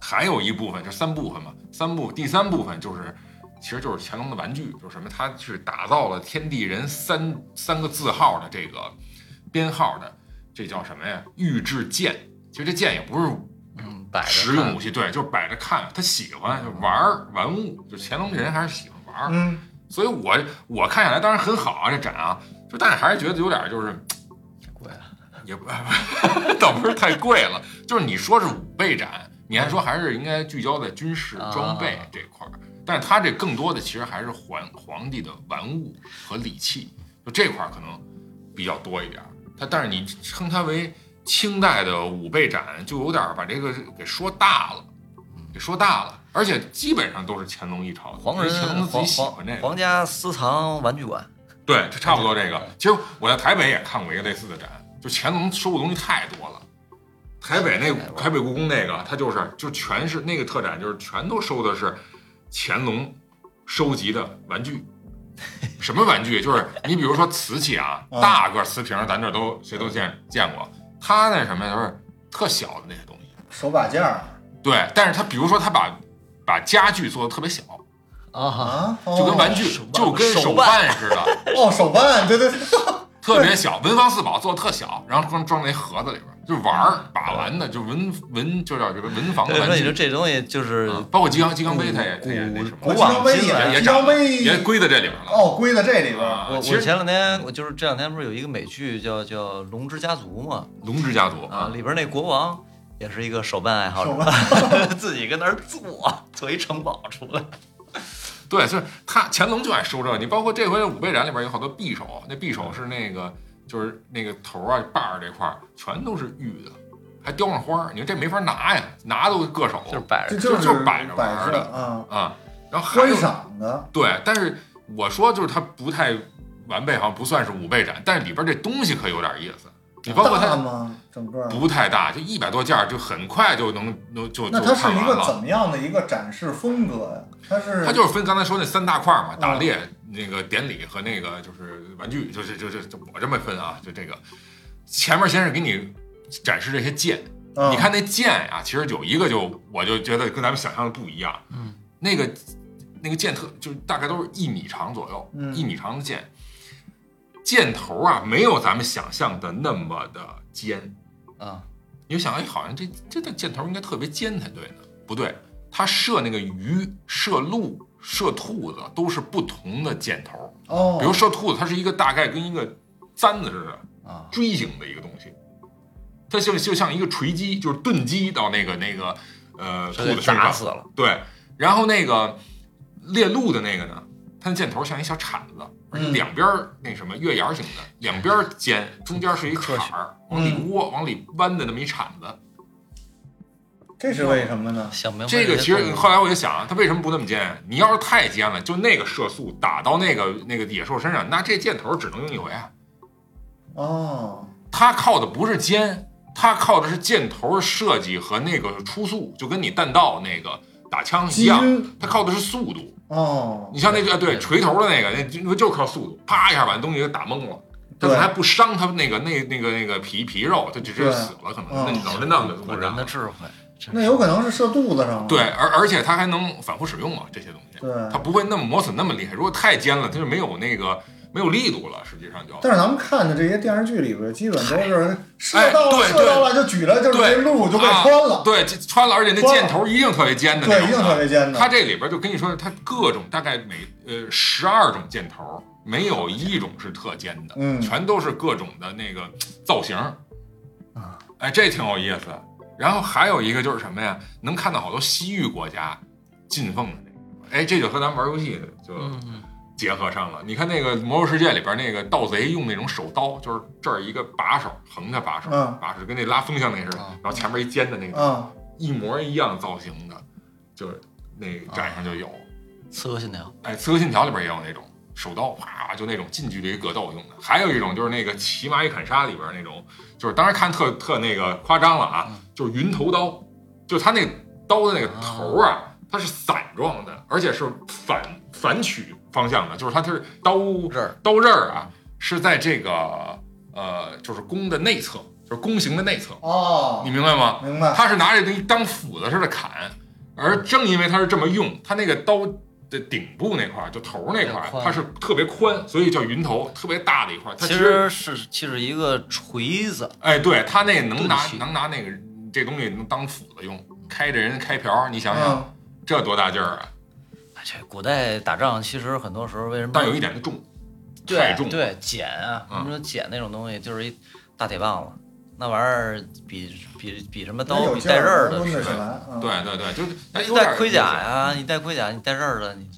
D: 还有一部分就三部分嘛，三部第三部分就是，其实就是乾隆的玩具，就是什么，他是打造了天地人三三个字号的这个编号的，这叫什么呀？御制剑。其实这剑也不是
E: 嗯，摆着
D: 实
E: 看
D: 用武器，对，就是摆着看，他喜欢就玩儿玩物，就乾隆这人还是喜欢玩儿。
C: 嗯，
D: 所以我我看下来当然很好啊，这展啊，就但是还是觉得有点就是
E: 贵啊
D: 也不 倒不是太贵了，就是你说是五倍展，你还说还是应该聚焦在军事装备
E: 啊
D: 这块儿，但是它这更多的其实还是皇皇帝的玩物和礼器，就这块儿可能比较多一点儿。它但是你称它为清代的五倍展，就有点儿把这个给说大了，给说大了，而且基本上都是乾隆一朝的，
E: 皇
D: 因为乾
E: 人
D: 隆自己
E: 皇
D: 喜欢这
E: 皇
D: 个，
E: 皇家私藏玩具馆，
D: 对，就差不多这个。其实我在台北也看过一个类似的展，就乾隆收的东西太多了。台北那
E: 太多了
D: 台北故宫那个，它就是就全是那个特展，就是全都收的是乾隆收集的玩具，什么玩具？就是你比如说瓷器啊，
C: 嗯
D: 大个瓷瓶儿，咱这都谁都见见过。它那什么呀，就是特小的那些东西。
C: 手把件儿
D: 对，但是它比如说它把把家具做的特别小，
E: 啊，
C: 啊，哦
D: 就跟玩具
E: 手办
D: 就跟手
E: 手
D: 办
E: 办
D: 似的，
C: 哦手办，对对对，
D: 特别小。文房四宝做的特小，然后装装那盒子里边儿，就玩儿把玩的，就文文就叫这个文房的
E: 对，
D: 玩
E: 说你说
D: 具。
E: 这东西就是
D: 啊，包括鸡缸鸡缸杯，它也它也那什么
E: 古往
C: 杯
E: 今
D: 也
E: 来
D: 也
C: 也
D: 长
C: 张
D: 了
C: 杯
D: 也归在这里边了。
C: 哦归到这里边儿，
D: 啊
E: 我我
D: 其实
E: 前两天我就是这两天不是有一个美剧叫叫《龙之家族》嘛，
D: 龙之家族
E: 啊，，里边那国王也是一个手办爱好
C: 手
E: 者， 自己跟那儿做做一城堡出来，
D: 对，就是他乾隆就爱收这个。你包括这回《五倍展》里边有好多匕首，那匕首是那个就是那个头啊把儿这块儿全都是玉的，还雕上花儿。你说这没法拿呀，拿都硌手。
E: 就是摆
C: 这
E: 着。
C: 就
D: 就是摆着玩
C: 摆
D: 儿
C: 设
D: 的
C: 啊，
D: 啊，然后还
C: 观
D: 有
C: 赏的
D: 对，但是我说就是它不太完备，好像不算是五倍展，但是里边这东西可有点意思。你包括
C: 大
D: 它
C: 吗？整个儿
D: 不太大，就一百多件儿，就很快就能能就
C: 那
D: 就
C: 它是
D: 看
C: 一
D: 完
C: 个怎
D: 了。
C: 么样的一个展示风格呀？它是
D: 它就是分刚才说那三大块儿嘛，打
C: 嗯
D: 猎、那个典礼和那个就是玩具，就是就就就我这么分啊，就这个前面先是给你展示这些剑，
C: 嗯
D: 你看那剑啊，其实有一个就我就觉得跟咱们想象的不一样，
E: 嗯，
D: 那个那个剑特就是大概都是一米长左右，
C: 嗯
D: 一米长的剑，箭头啊没有咱们想象的那么的尖，
E: 啊，
D: 你就想哎，好像这这的箭头应该特别尖才对呢，不对，它射那个鱼、射鹿、射兔子都是不同的箭头，
C: 哦，
D: 比如射兔子，它是一个大概跟一个簪子似的，
E: 啊，
D: 锥形的一个东西，它就就像一个锤击，就是钝击到那个那个呃兔
E: 这
D: 子
E: 给
D: 身
E: 砸
D: 上。
E: 死了，
D: 对，然后那个猎鹿的那个呢，它那箭头像一小铲子，而且
C: 嗯
D: 两边儿那什么月牙形的，两边儿尖，中间是一
E: 科
D: 坎
E: 学
D: 儿，往里窝，往里弯的那么一铲子。
C: 这是为什么呢？
E: 想明白
D: 这个
E: 些
D: 其实
E: 动物
D: 后来我就想，啊它为什么不那么尖？你要是太尖了，就那个射速打到那个那个野兽身上，那这箭头只能用一回啊。
C: 哦，
D: 它靠的不是尖，它靠的是箭头设计和那个出速，就跟你弹道那个打枪一
C: 基
D: 样，
C: 因
D: 它靠的是速度。
C: 哦，
D: 你像那个啊对锤头的那个，那就就靠速度，啪一下把东西给打懵了。但
C: 对
D: 是还不伤他那个那那个那个皮皮肉，他就直接
C: 对
D: 死了，可能
C: 嗯
D: 那你脑震荡就
E: 古
D: 过
E: 人
D: 长
E: 的
D: 了。
E: 智慧，真
C: 那
E: 是
C: 有可能是射肚子上了。
D: 对，而而且它还能反复使用嘛，这些东西，
C: 对，
D: 它不会那么磨损那么厉害。如果太尖了，它就没有那个没有力度了，实际上就。
C: 但是咱们看的这些电视剧里边，基本都是
D: 哎
C: 射到了
D: 对
C: 射到了就举了，就是
D: 对啊
C: 这路就被穿了，
D: 对，这穿了，而且那
C: 穿了
D: 箭头一定特别尖的那种
C: 对，一
D: 的，
C: 定特别尖的。
D: 它这里边就跟你说，它各种大概每呃十二种箭头，没有一种是特尖的，
C: 嗯
D: 全都是各种的那个造型啊。哎，这挺有意思。然后还有一个就是什么呀？能看到好多西域国家进奉的那个，哎，这就和咱们玩游戏就
E: 嗯嗯
D: 结合上了。你看那个《魔兽世界》里边那个盗贼用那种手刀，就是这儿一个把手，横着把手，
C: 嗯
D: 把手跟那拉风箱那似的
E: 啊，
D: 然后前面一尖的那个，
C: 啊，
D: 一模一样造型的，就是那展上就有。
E: 刺客信条
D: 哎，《刺客信条》里边也有那种手刀啪，就那种近距离格斗用的。还有一种就是那个《骑马与砍杀》里边那种，就是当然看特特那个夸张了啊，就是云头刀，就是它那刀的那个头啊，它是散状的，而且是反反曲方向的，就是它是刀
E: 这儿
D: 刀刃儿啊是在这个呃就是弓的内侧，就是弓形的内侧，
C: 哦
D: 你，明白吗？
C: 明 白。嗯
D: 他是拿着东西当斧子似的砍，而正因为他是这么用，他那个刀的顶部那块儿，就头那块儿
E: 比较，宽
D: 它是特别宽，所以叫云头，特别大的一块儿。它
E: 其
D: 其
E: 实是就是一个锤子，
D: 哎，对他那能拿
E: 钝器
D: 能拿那个这东西能当斧子用，开着人开瓢儿，你想想、
C: 嗯，
D: 这多大劲儿啊！
E: 哎这古代打仗其实很多时候为什么
D: 但有一点它重，
E: 对
D: 太重了，
E: 对剪啊，
D: 嗯
E: 你说剪那种东西就是一大铁棒子，那玩意儿比比比什么
C: 那
E: 刀
C: 有
E: 比
C: 劲儿
E: 带刃儿的
C: 抡得
E: 是
C: 起来。嗯，
D: 对对对，就是它
E: 你
D: 有点
E: 带盔甲呀、你带盔甲，你带刃儿的，你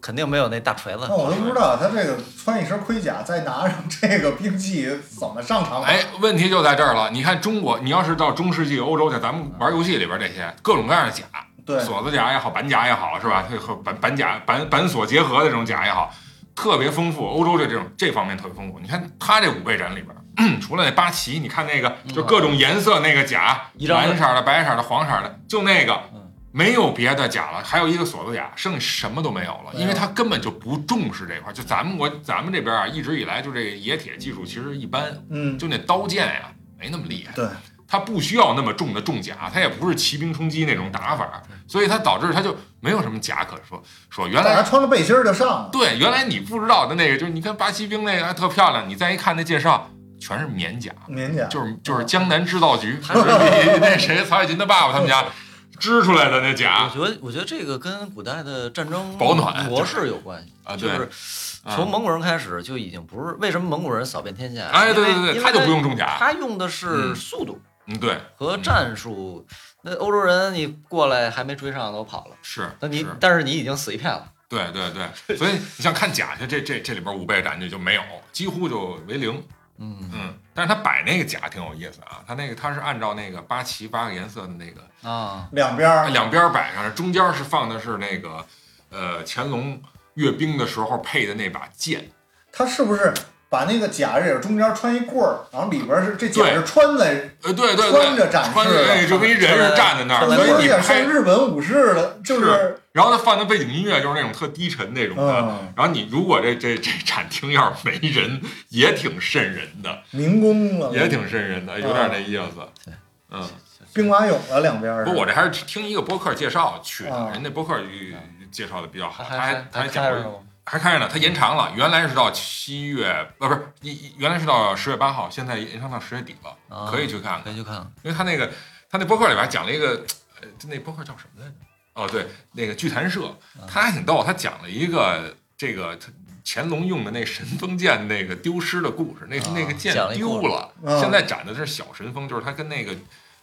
E: 肯定没有那大锤子
C: 那。我都不知道他这个穿一身盔甲，再拿上这个兵器，怎么上场？
D: 哎，，问题就在这儿了。你看中国，你要是到中世纪欧洲去，咱们玩游戏里边这些各种各样的甲，
C: 对，
D: 锁子甲也好，板甲也好，是吧？它和板板甲板板锁结合的这种甲也好，特别丰富。欧洲的这种这方面特别丰富。你看它这五倍展里边， 除了那八旗，你看那个就各种颜色那个甲，
E: 一张
D: 蓝色的、白色的、黄色的，就那个
E: 嗯
D: 没有别的甲了，还有一个锁子甲，剩下什么都没有了，因为他根本就不重视这块儿。就咱们国咱们这边啊，一直以来就这个冶铁技术其实一般，
C: 嗯，
D: 就那刀剑呀、没那么厉害。
C: 对，
D: 他不需要那么重的重甲，他也不是骑兵冲击那种打法，所以他导致他就没有什么甲可说。说原
C: 大家
D: 来
C: 穿着背心儿就上了，
D: 对，原来你不知道的那个，就是你看巴西兵那个还特漂亮，你再一看那介绍，全是棉甲，
C: 棉甲
D: 就是就是江南制造 局，就是比那谁曹雪芹他爸爸他们家织出来的那
E: 我
D: 甲
E: 觉得，我觉得这个跟古代的战争
D: 保暖
E: 模式有关系
D: 啊，
E: 就
D: 对，
E: 是从蒙古人开始就已经不是为什么蒙古人扫遍天下？
D: 哎，对
E: 因为
D: 对对，他就不，用重
E: 因为
D: 甲，
E: 他用的是
D: 嗯
E: 速度
D: 嗯，对，
E: 和战术。那欧洲人你过来还没追上都跑了，
D: 是，
E: 那你
D: 是
E: 但是你已经死一片了。
D: 对对 对，所以你像看甲去，这这这里边五倍感觉就没有，几乎就为零。
E: 嗯
D: 嗯，但是他摆那个甲挺有意思啊，他那个他是按照那个八旗八个颜色的那个
E: 啊，
C: 两边儿
D: 两边儿摆上，中间儿是放的是那个呃乾隆阅兵的时候配的那把剑，
C: 他是不是把那个甲这个中间穿一棍儿，然后里边儿是这甲
D: 对
C: 是穿在，
D: 呃对对对，
C: 穿着展示的
D: 穿着哎就跟一人似的站在那儿，
E: 穿
C: 感
D: 所
E: 着
C: 觉
D: 以
C: 有
D: 你
C: 点像
D: 拍，
C: 日本武士的，就是
D: 然后他放的背景音乐就是那种特低沉那种的。
C: 嗯，
D: 然后你如果这这这展厅要是没人，也挺瘆人的，
C: 民工了，
D: 也挺瘆人的，有点那意思。嗯，
C: 兵马俑了两边儿
D: 不
C: 是。
D: 过我这还是听一个播客介绍去的
C: 啊，
D: 人那播客介绍的比较好，
E: 他
D: 他
E: 还
D: 还他还讲
E: 开
D: 过
E: 着吗？
D: 还开着呢，它延长了，原来是到七月，呃，不是，一一原来是到十月八号，现在延长到十月底了，
E: 啊
D: 可以去看看，
E: 可以去看看。
D: 因为他那个他那博客里边讲了一个，呃，那博客叫什么来着？哦，对，那个剧谈社，
E: 嗯
D: 他还挺逗，他讲了一个这个他乾隆用的那神风剑那个丢失的故事，那、
E: 啊
D: 那个剑
E: 讲了一故事
D: 丢了，
C: 嗯
D: 现在展的是小神风，就是它跟那个。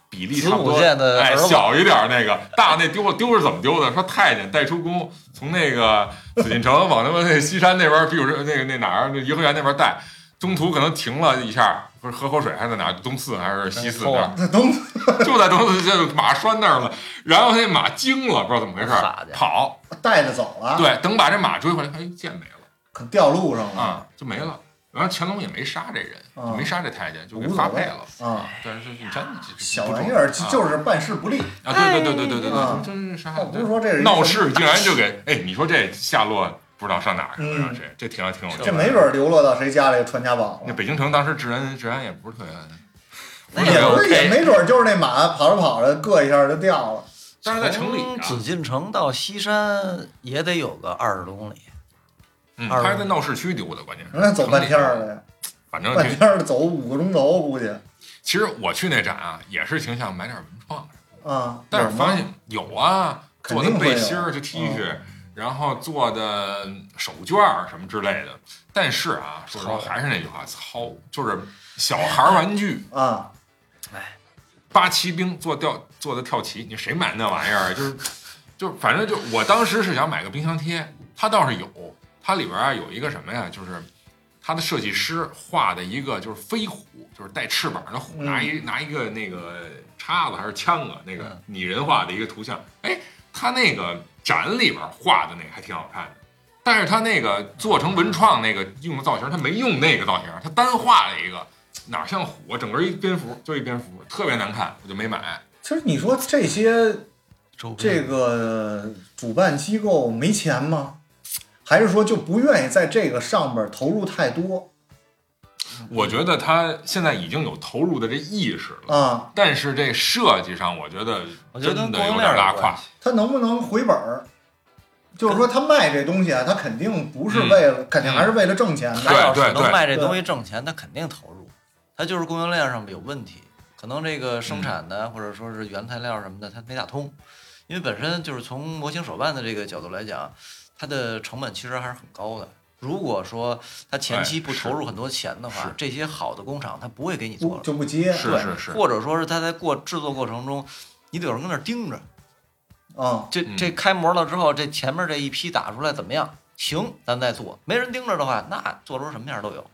D: 比例
E: 子
D: 差不
E: 午
D: 多，
E: 剑的
D: 哎，
E: 儿子
D: 小一点那个，大那丢了丢是怎么丢的？说太监带出宫，从那 个紫禁城往他妈那西山那边，比如说那个那哪儿，那颐和园那边带，中途可能停了一下，不是喝口水还是在哪儿东四还是西四那儿，
C: 这东
D: 就在东四这马拴那儿了，然后那马惊了，不知道怎么回事
E: 傻
D: 儿
E: 家伙
D: 跑，
C: 带着走了，，
D: 对，等把这马追回来，哎，剑没了
C: 可掉路上了
D: 啊，就没了。然后乾隆也没杀这人，
C: 啊
D: 没杀这太监，就给
C: 无所
D: 发
C: 谓
D: 配了。
C: 啊。
D: 但是你真这
C: 小玩意儿就
D: 啊
C: 就是办事不力，
D: 啊，对对对对对对
C: 哎
D: 对，真是杀
C: 倒不是说这是一个
D: 闹事，竟然就给哎，你说这下落不知道上哪儿，不知道谁，这挺挺有趣
C: 嗯这
D: 的。
C: 没准儿流落到谁家里传家宝
D: 那
C: 了，
D: 北京城当时治安治安也不是特别，
C: 嗯
E: 那
D: 也
C: 也不是
E: OK
C: 也没准儿就是那马跑着跑着硌一下就掉了，
D: 但是在城里啊
E: 从，紫禁城到西山也得有个二十公里。
D: 嗯，
E: 二
D: 他是在闹市区丢的，关键是
C: 那嗯走半天儿
D: 城里
C: 了呀，
D: 反正
C: 半
D: 这
C: 天儿走五个钟头估计
D: 其实我去那展啊，也是挺想买点文创的，
C: 啊。
D: 但
C: 有
D: 是
C: 吗
D: 发现有啊，
C: 肯
D: 做
C: 定
D: 的
C: 会有嗯
D: 背心儿、就 T 恤，然后做的手绢儿什么之类的。但是啊，说实话还是那句话，糙，就是小孩儿玩具。
C: 啊，
D: 八旗兵做吊做的跳棋，你谁买那玩意儿啊？就是就是，反正就我当时是想买个冰箱贴，它倒是有，它里边啊有一个什么呀，就是它的设计师画的一个就是飞虎，就是带翅膀的虎，
C: 嗯
D: 拿一拿一个那个叉子还是枪啊，那个
E: 嗯
D: 拟人化的一个图像。哎，他那个展里边画的那个还挺好看的。但是他那个做成文创那个用的造型，他没用那个造型，他单画了一个，哪儿像虎啊，整个一蝙蝠，就一蝙蝠，特别难看，我就没买。
C: 其实你说这些
E: 周边
C: 这个主办机构没钱吗？还是说就不愿意在这个上边儿投入太多
D: 我觉得他现在已经有投入的这意识了，
C: 啊？
D: 但是这设计上，我觉得
E: 我觉
D: 真
E: 得跟
D: 的
E: 供
D: 有
E: 应
D: 点
E: 链
D: 拉
E: 有
D: 胯
E: 关。系。
C: 他能不能回本儿？就是说，他卖这东西啊，他肯定不是为了，肯定还是为了挣钱
E: 他
C: 的。
D: 嗯对
E: 要是
D: 对
E: 能卖这东西挣钱，他肯定投入。他就是供应链上面有问题，可能这个生产的或者说是原材料什么的，他没打通。因为本身就是从模型手办的这个角度来讲，它的成本其实还是很高的。如果说他前期不投入很多钱的
D: 哎
E: 话
D: 是，
E: 这些好的工厂他不会给你做
C: 不
E: 了。
C: 就不接
D: 是
E: 对
D: 是是
E: 或者说是他在过制作过程中，你得有人跟那儿盯着。
C: 啊，
E: 这
D: 嗯
E: 这开模了之后，这前面这一批打出来怎么样？行，咱再做。没人盯着的话，那做出什么样都有。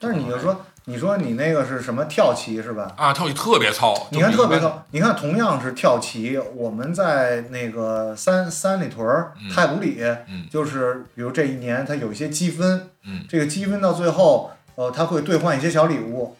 C: 但是你就说，你说你那个是什么跳棋是吧？
D: 啊，跳起特别糙，
C: 你看
D: 就
C: 特
D: 明白
C: 别逗，你看同样是跳棋，我们在那个三三里屯儿
D: 嗯
C: 太古里，
D: 嗯
C: 就是比如这一年它有一些积分，
D: 嗯
C: 这个积分到最后，呃，它会兑换一些小礼物。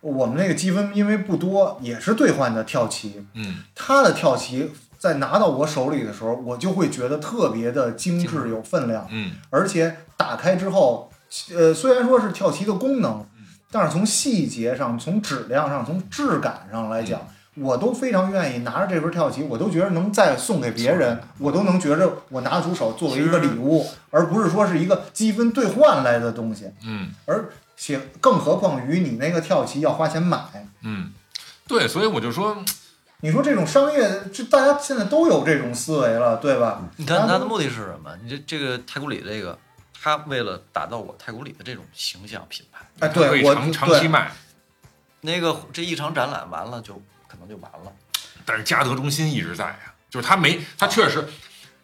C: 我们那个积分因为不多，也是兑换的跳棋，
D: 嗯
C: 他的跳棋在拿到我手里的时候，我就会觉得特别的精
E: 精
C: 致有分量，
D: 嗯，
C: 而且打开之后，呃，虽然说是跳棋的功能，但是从细节上、从质量上、从质感上来讲，我都非常愿意拿着这份跳棋，我都觉得能再送给别人，我都能觉着我拿得出手作为一个
E: 其实
C: 礼物，而不是说是一个积分兑换来的东西。
D: 嗯
C: 而且，更何况于你那个跳棋要花钱买，
D: 嗯，对，所以我就说，
C: 你说这种商业，这大家现在都有这种思维了，对
D: 嗯
C: 吧？
E: 你看他
C: 他
E: 的目的是什么？你这这个太古里这个，他为了打造我太古里的这种形象品牌，
D: 它
C: 哎，
D: 可
C: 对
D: 以
C: 我
D: 长长期
C: 对
D: 卖，
E: 那个这一场展览完了就可能就完了。
D: 但是嘉德中心一直在啊，就是他没，他确实，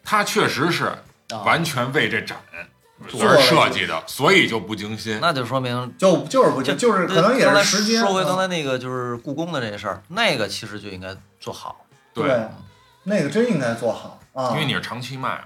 D: 他确实是
E: 啊
D: 完全为这展
C: 做
D: 而
C: 了
D: 设计的，所以就不精心。
E: 那就说明
C: 就就是不
E: 这
C: 就是可能也
E: 刚才
C: 是时间。
E: 说回刚
C: 嗯
E: 才那个就是故宫的这事儿，那个其实就应该做好。
D: 对，，
C: 那个真应该做好啊，
D: 因为你是长期卖嘛。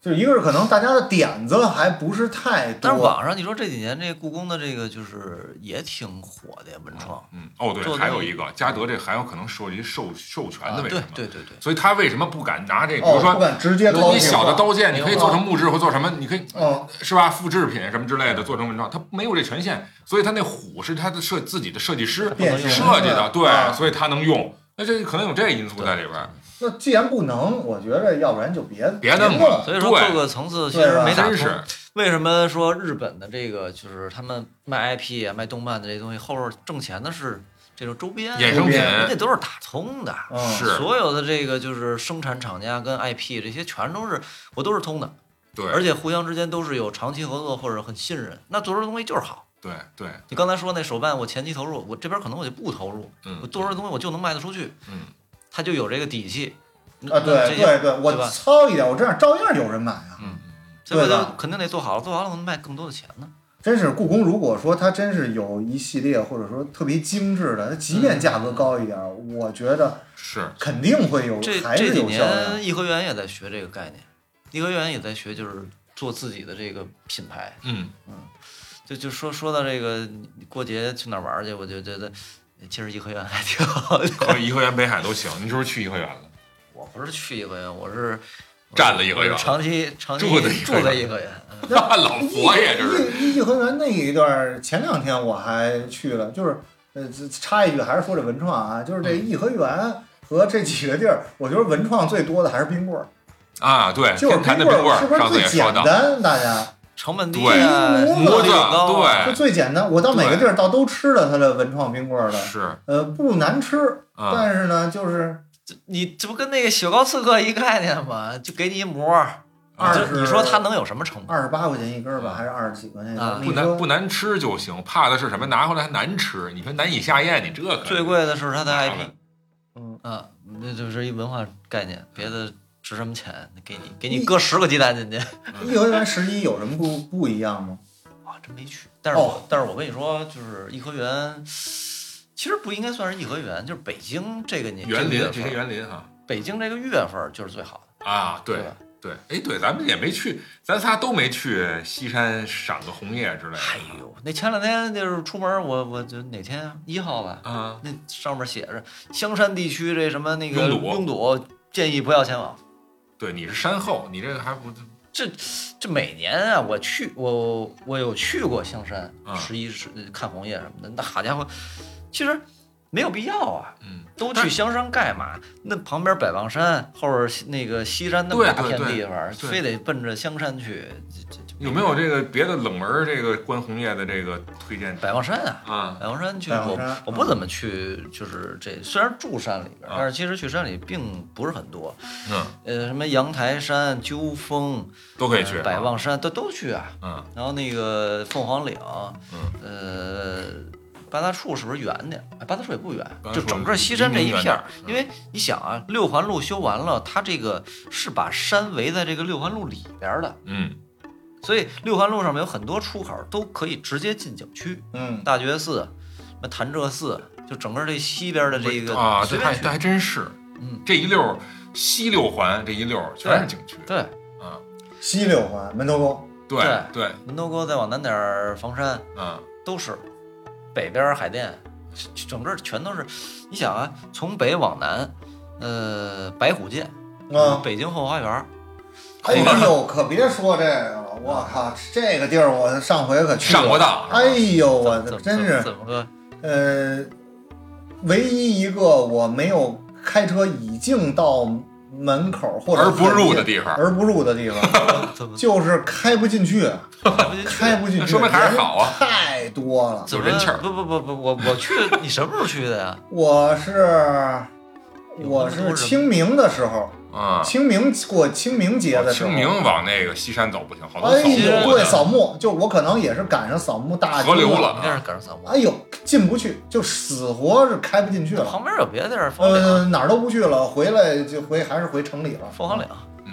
C: 就是一个是可能大家的点子还不是太多，
E: 但是网上你说这几年这故宫的这个就是也挺火的呀文
C: 啊
E: 创
D: 嗯，哦对
E: 做，
D: 还
E: 东
D: 有
E: 西
D: 一个嘉
C: 嗯
D: 德这还有可能涉及授授权
E: 啊，
D: 的问题
E: 对
D: 嘛。
E: 对对对，
D: 所以他为什么不敢拿这个？比如
C: 哦不
D: 说，
C: 敢直接
D: 有
C: 掏
D: 你小的刀剑，你可以做成
C: 哦
D: 木质或做什么，你可以
C: 哦
D: 是吧？复制品什么之类的，做成文创，他没有这权限，所以他那虎是他的设自己的设计师
C: 变形
D: 设计的，对，
C: 啊
D: 所以他能用。那这可能有这因素在里边儿，
C: 那既然不能，我觉着要不然就别
D: 别弄
C: 弄
D: 了
E: 所以说
D: 对
E: 各个层次其实没打
D: 真
E: 通。
D: 是
E: 为什么说日本的这个就是他们卖 IP 啊、卖动漫的这些东西，后边挣钱的是这种周边啊
D: 衍生
C: 周
D: 品
C: 边
E: 人家都是打通的，
C: 嗯
D: 是
E: 所有的这个就是生产厂家跟 IP 这些全都是我都是通的，而
D: 对
E: 且互相之间都是有长期合作或者很信任，那做出的东西就是好。
D: 对对，
E: 你刚才说那手办，我前期投入，我这边可能我就不投入，
D: 嗯
E: 我做出的东西我就能卖得出去，
D: 嗯，
E: 他就有这个底气。嗯
C: 啊，对对对，我
E: 对吧
C: 糙一点，我这样照样有人买啊。
E: 所以
C: 对吧
E: 就肯定得做好了，做完了我能卖更多的钱呢。
C: 真是故宫，如果说它真是有一系列或者说特别精致的，它即便价格高一点，我觉得
D: 是
C: 肯定会有，
E: 这
C: 还
E: 这
C: 是
E: 几
C: 有销量
E: 年。颐和园也在学这个概念，颐和园也在学就是做自己的这个品牌，
D: 嗯
E: 就就说说到这个你你过节去哪儿玩儿去，我就觉得其实颐和园还挺好的。
D: 和颐和园、北海都行。你是不是去颐和园了？
E: 我不是去颐和园，我是
D: 占了颐和园
E: 我是长期长期
D: 住的颐和园
E: 在颐和园。
D: 老佛爷这是
C: 颐颐和园那一段儿，前两天我还去了，就是呃，这插一句，还是说这文创啊，就是这颐和园和这几个地儿，我觉得文创最多的还是冰棍儿，
D: 啊，对，
C: 就是
D: 天坛的冰
C: 棍
D: 棍
C: 儿是不
D: 儿，上
C: 是
D: 次
C: 最
D: 也说
C: 简
D: 到，
C: 单？大家
E: 成本低
D: 对
E: 啊，
C: 模
D: 子
E: 利润高啊，
D: 对
C: 就最简单，我到每个地儿倒都吃了它的文创冰棍儿的，
D: 是
C: 呃，不难吃，
D: 啊，
C: 但是呢，就是
E: 你这不跟那个雪糕刺客一概念吗？就给你一膜儿，
C: 二
E: 就
C: 十
E: 你说它能有什么成本？
C: 二十八块钱一根儿吧，还是二十几块钱一根
E: 啊
C: 儿？
D: 啊不
C: 你
D: 难
C: 说
D: 不难吃就行，怕的是什么？拿回来还难吃，你说难以下咽，你这可
E: 最贵的是它的
D: 麻
E: IP
D: 烦
C: 嗯，
E: 啊，那就是一文化概念，别的值什么钱？给你给你搁十个鸡蛋进去，
C: 颐和园十一有什么不不一样吗？
E: 啊，真没去。但是我、
C: 哦
E: 但是我跟你说，就是颐和园，其实不应该算是颐和园，就是北京这个年
D: 园
E: 这
D: 林
E: 个
D: 这些
E: 月份，
D: 园林啊。
E: 北京这个月份就是最好的。
D: 啊，对
E: 对吧
D: 对，哎对，咱们也没去，咱仨都没去西山赏个红叶之类
E: 哎
D: 的
E: 呦，那前两天就是出门，我我就哪天啊一号吧，
D: 啊。
E: 那上面写着香山地区这什么那个
D: 拥堵
E: 拥堵，建议不要前往。
D: 对，你是山后，你这个还不
E: 这这每年啊，我去我我有去过香山
D: 啊，
E: 十一是看红叶什么的，那好家伙，其实没有必要啊。
D: 嗯，
E: 都
D: 但
E: 去香山干嘛？那旁边百望山，后边西那个西山那么
D: 对
E: 大
D: 对
E: 片
D: 对
E: 地方，
D: 对
E: 非得奔着香山去，这这这
D: 有没有这个别的冷门儿这个观红叶的这个推荐
E: 百望山啊？
D: 啊？
E: 百望山去
C: 百望
E: 我
C: 山嗯
E: 我不怎么去，就是这虽然住山里边，
D: 啊
E: 但是其实去山里并不是很多。
D: 嗯，
E: 呃，什么阳台山、鸠峰、
D: 都可以去啊
E: 呃百望山都都去啊。
D: 嗯，
E: 然后那个凤凰岭，呃，八大处是不是远点儿？哎，八大处也不远
D: 八，大
E: 就
D: 处
E: 整个西山这一
D: 离明远
E: 片
D: 点
E: 儿
D: 儿。嗯
E: 因为你想啊，六环路修完了，它这个是把山围在这个六环路里边儿的，
D: 嗯
E: 所以六环路上面有很多出口都可以直接进景区，
C: 嗯，
E: 大觉寺、什么潭柘寺，就整个这西边的这个
D: 啊，
E: 随
D: 这
E: 便
D: 还
E: 去
D: 这还真是，
E: 嗯，
D: 这一溜儿西六环这一溜儿全是景区
E: 对
D: 啊，
C: 西六环门头沟，
D: 对对
E: 门头沟再往南点儿房山，
D: 啊，
E: 都是，北边儿海淀，整个儿全都是。你想啊，从北往南，呃，白虎涧，
D: 嗯
C: 啊，
E: 北京后花园儿，
C: 哎呦，可别说这个了，我靠，这个地儿我上回可去
D: 上过当是吧
C: 哎呦，我
E: 怎么
C: 真是
E: 怎么个
C: 呃，唯一一个我没有开车已经到门口或者
D: 而不入的地方
C: 而不入的 地方，
E: 怎么
C: 就是开不进去，
E: 开不进去？
C: 开不进去，
D: 那说明还是好啊
C: 人太多了。
E: 怎
D: 有
E: 么
D: 人气儿
E: 不不不不，我我去，你什么时候去的 呀？
C: 我是
E: 有
C: 我
E: 那么
C: 是
E: 多人
C: 清明的时候，
D: 嗯，
C: 清明过清明节的时候，
D: 清明往那个西山走不行，好多
C: 哎
D: 扫
C: 呦，
D: 墓
C: 对，
D: 的
C: 扫墓，就我可能也是赶上扫墓大军
D: 河流了
E: 你这是赶上扫墓
C: 哎，呦，进不去，就死活是开不进去了。
E: 旁边有别的地儿，凤凰
C: 呃，
E: 岭，
C: 哪儿都不去了，回来就回还是回城里了。
E: 凤凰岭。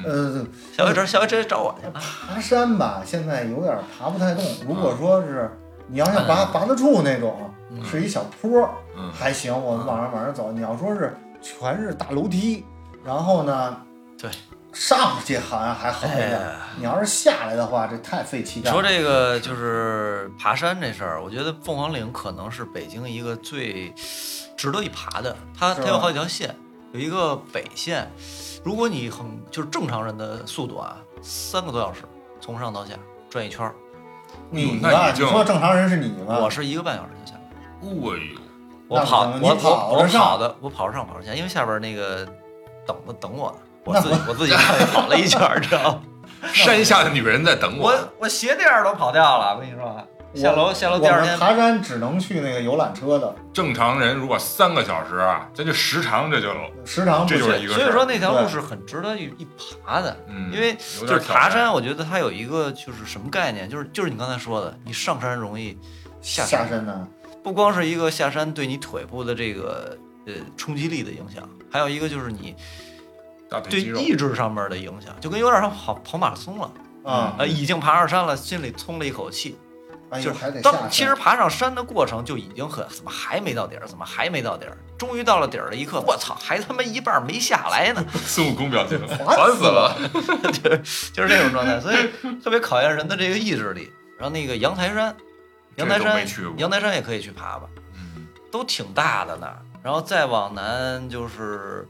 C: 呃，
E: 小回直，小回直接找我去了。
C: 爬山吧，现在有点爬不太动。如果说是你要像拔拔得住那种，是一小坡，
D: 嗯
C: 还行，我们往上往上走。你要说是全是大楼梯，然后呢，
E: 对，
C: 上去好像还好一点
E: 哎。
C: 你要是下来的话，这太费气
E: 你
C: 干。
E: 说这个就是爬山这事儿，我觉得凤凰岭可能是北京一个最值得一爬的。它
C: 是
E: 它
C: 吧
E: 有好几条线，有一个北线，如果你很就是正常人的速度啊，三个多小时从上到下转一圈儿，嗯
C: 你
D: 那
C: 吧，
D: 已
C: 你
D: 经
C: 说正常人是你吧？
E: 我是一个半小时就下来。
D: 哎呦，
E: 我跑，
C: 啊那可能
E: 我
C: 你跑
E: 我我
C: 着上
E: 跑的，我跑着上跑着下，因为下边那个等着等我呢，我自己我自己上去跑了一圈儿，知 道吗？
D: 山下的女人在等我。
E: 我我鞋垫儿都跑掉了，我跟你说，
C: 我
E: 下楼下楼第
C: 我
E: 二
C: 们
E: 天
C: 爬山只能去那个游览车的，
D: 正常人如果三个小时啊，这就时长这就
C: 时长不
D: 这就是
C: 行。
D: 一个事
E: 所
D: 儿
E: 以说那条路是很值得一一爬的，
D: 嗯
E: 因为
D: 有
E: 就
D: 点
E: 是
D: 挑
E: 爬
D: 战
E: 山，我觉得它有一个就是什么概念，就是就是你刚才说的，你上山容易下山，
C: 下山呢？
E: 不光是一个下山对你腿部的这个呃冲击力的影响，还有一个就是你
D: 大腿
E: 对哎
D: 肌肉。嗯
E: 意志上面的影响，就跟有点像跑跑马拉松了，
C: 啊，
E: 呃，已经爬上山了，心里松了一口气，
C: 哎
E: 就
C: 呦，还
E: 是
C: 得下
E: 当
C: 山。
E: 其实爬上山的过程就已经很怎么还没到底儿，怎么还没到底儿？终于到了底儿的一刻，我操，还他妈一半儿没下来呢，
D: 孙悟空表情，
C: 烦
D: 烦死了。
E: 就是这种状态，所以特别考验人的这个意志力。然后那个阳台山，
D: 这
E: 阳
D: 个
E: 台
D: 都
E: 山
D: 没去过，
E: 阳台山也可以去爬吧，
D: 嗯
E: 都挺大的那儿。然后再往南就是，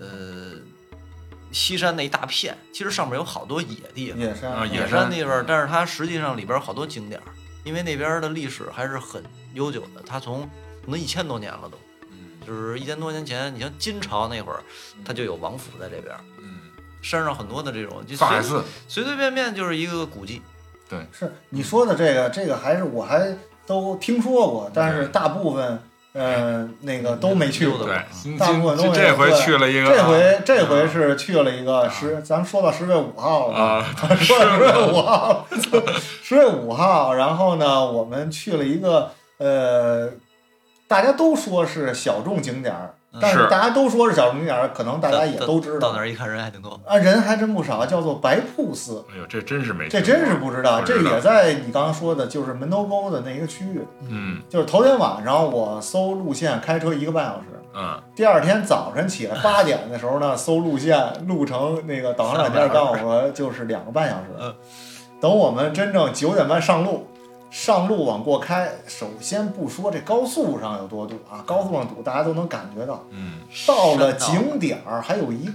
E: 呃，西山那一大片，其实上面有好多野地，
C: 野山
D: 啊野
E: 野
D: 山
E: 山那边儿，但是它实际上里边儿好多景点儿，因为那边儿的历史还是很悠久的，它从可能一千多年了都，
D: 嗯
E: 就是一千多年前，你像金朝那会儿，它就有王府在这边儿，
D: 嗯，
E: 山上很多的这种就
D: 法
E: 随
D: 海寺
E: 随随便便就是一个古迹，
C: 是你说的这个，这个还是我还都听说过，但是大部分呃那个都没去过。
E: 嗯对啊
D: 对，今
C: 嗯大部分
D: 今
C: 都
D: 这回去了一个，
C: 这回这
E: 嗯
C: 回是去了一个十，咱们说到十月五号了吧，
D: 啊，
C: 说到十月五号，十月五号，然后呢，我们去了一个呃，大家都说是小众景点儿，但
D: 是
C: 是大家都说是小众景点儿，可能大家
E: 到
C: 也都知
E: 嗯到
C: 道
E: 那。儿一看人还挺多，
C: 啊，人还真不少，叫做白瀑寺，
D: 哎呦，这真是没
C: 这
D: 去过
C: 真是不知道，
D: 不知
C: 这
D: 道
C: 也在你刚刚说的，就是门头沟的那一个区域。
D: 嗯
C: 就是头天晚上我搜路线，开车一个半小时。
D: 嗯，
C: 第二天早晨起来八点的时候呢，搜路线，路程那个导航软件告诉我就是两个半小时
E: 嗯。
C: 等我们真正九点半上路，上路往过开，首先不说这高速上有多堵啊，高速上堵大家都能感觉到。
D: 嗯
C: 到了
E: 山道
C: 景点儿还有一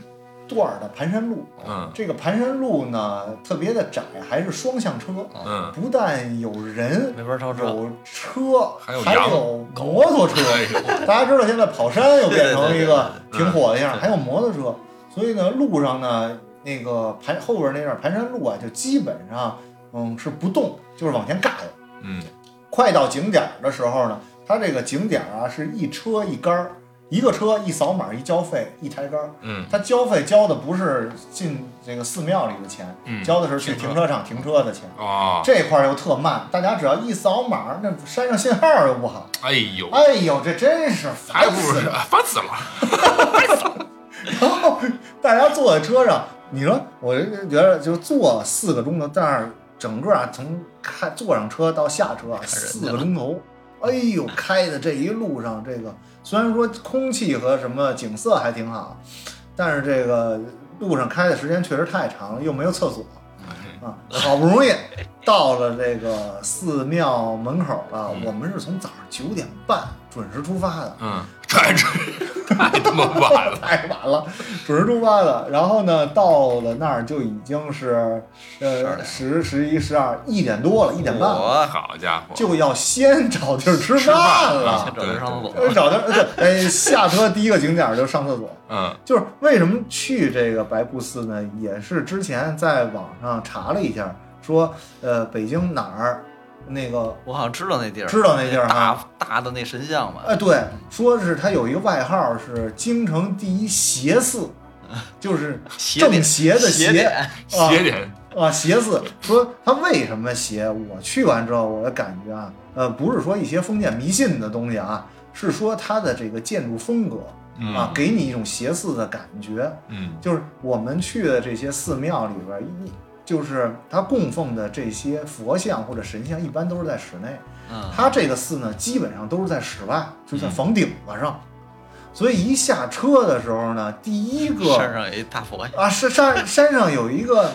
C: 段儿的盘山路，
D: 嗯
C: 这个盘山路呢特别的窄，还是双向车，啊
D: 嗯，
C: 不但有人，
E: 没法超车，
C: 有车，
D: 还
C: 还
D: 有羊
C: 有摩托车。
D: 哎呦，
C: 大家知道现在跑山又变成一个
D: 对对对对
C: 挺火的样儿，
E: 嗯
C: 还有摩托车。所以呢，路上呢，那个盘后边那段盘山路啊，就基本上嗯是不动，就是往前尬悠。
D: 嗯
C: 快到景点儿的时候呢，它这个景点儿啊是一车一杆儿，一个车一扫码一交费一抬杆儿。
D: 嗯
C: 他交费交的不是进这个寺庙里的钱，
D: 嗯
C: 交的是去停车场停车的钱。
D: 哦，
C: 这块儿又特慢，大家只要一扫码，那山上信号又不好。
D: 哎呦，
C: 哎呦，这真是
D: 还
C: 烦
D: 不
C: 死
D: 如啊
C: 了！
D: 烦死了，
C: 然后大家坐在车上，你说我这觉得就坐四个钟头，但是整个啊从开坐上车到下车啊
E: 人
C: 四
E: 家了
C: 个钟头，哎呦开的这一路上，这个虽然说空气和什么景色还挺好，但是这个路上开的时间确实太长了，又没有厕所。
D: 嗯
C: 啊，好不容易到了这个寺庙门口了。我们是从早上九点半准时出发的，
D: 嗯， 太迟，太他妈晚了。
C: 太晚了，准时出发的。然后呢，到了那儿就已经是呃十十一十二一点多了，一点啊半了，
E: 我
D: 好家伙，
C: 就要先找地儿吃
D: 吃饭
C: 饭
D: 了
C: 了
E: 先。找人上厕所。
C: 呃找地儿，对， 哎，下车第一个景点儿就上厕所。
D: 嗯
C: 就是为什么去这个白布寺呢？也是之前在网上查了一下，说呃北京哪儿那个
E: 我好像知道那地儿，
C: 知道那地儿
E: 大
C: 哈
E: 大的那神像嘛，
C: 哎，对，说是他有一个外号是京城第一邪寺，就是
E: 邪
C: 正
E: 典
C: 邪的
E: 邪
C: 邪
E: 典
C: 啊
D: 邪典，
C: 啊邪寺。说他为什么邪？我去完之后，我的感觉啊，呃，不是说一些封建迷信的东西啊，是说它的这个建筑风格
D: 嗯，
C: 啊给你一种邪寺的感觉。
D: 嗯
C: 就是我们去的这些寺庙里边儿，一就是它供奉的这些佛像或者神像，一般都是在室内。
E: 嗯，
C: 它这个寺呢，基本上都是在室外，就在房顶子上。所以一下车的时候呢，第一
E: 山
C: 个
E: 上有一大佛像，
C: 啊，是山山上有一个，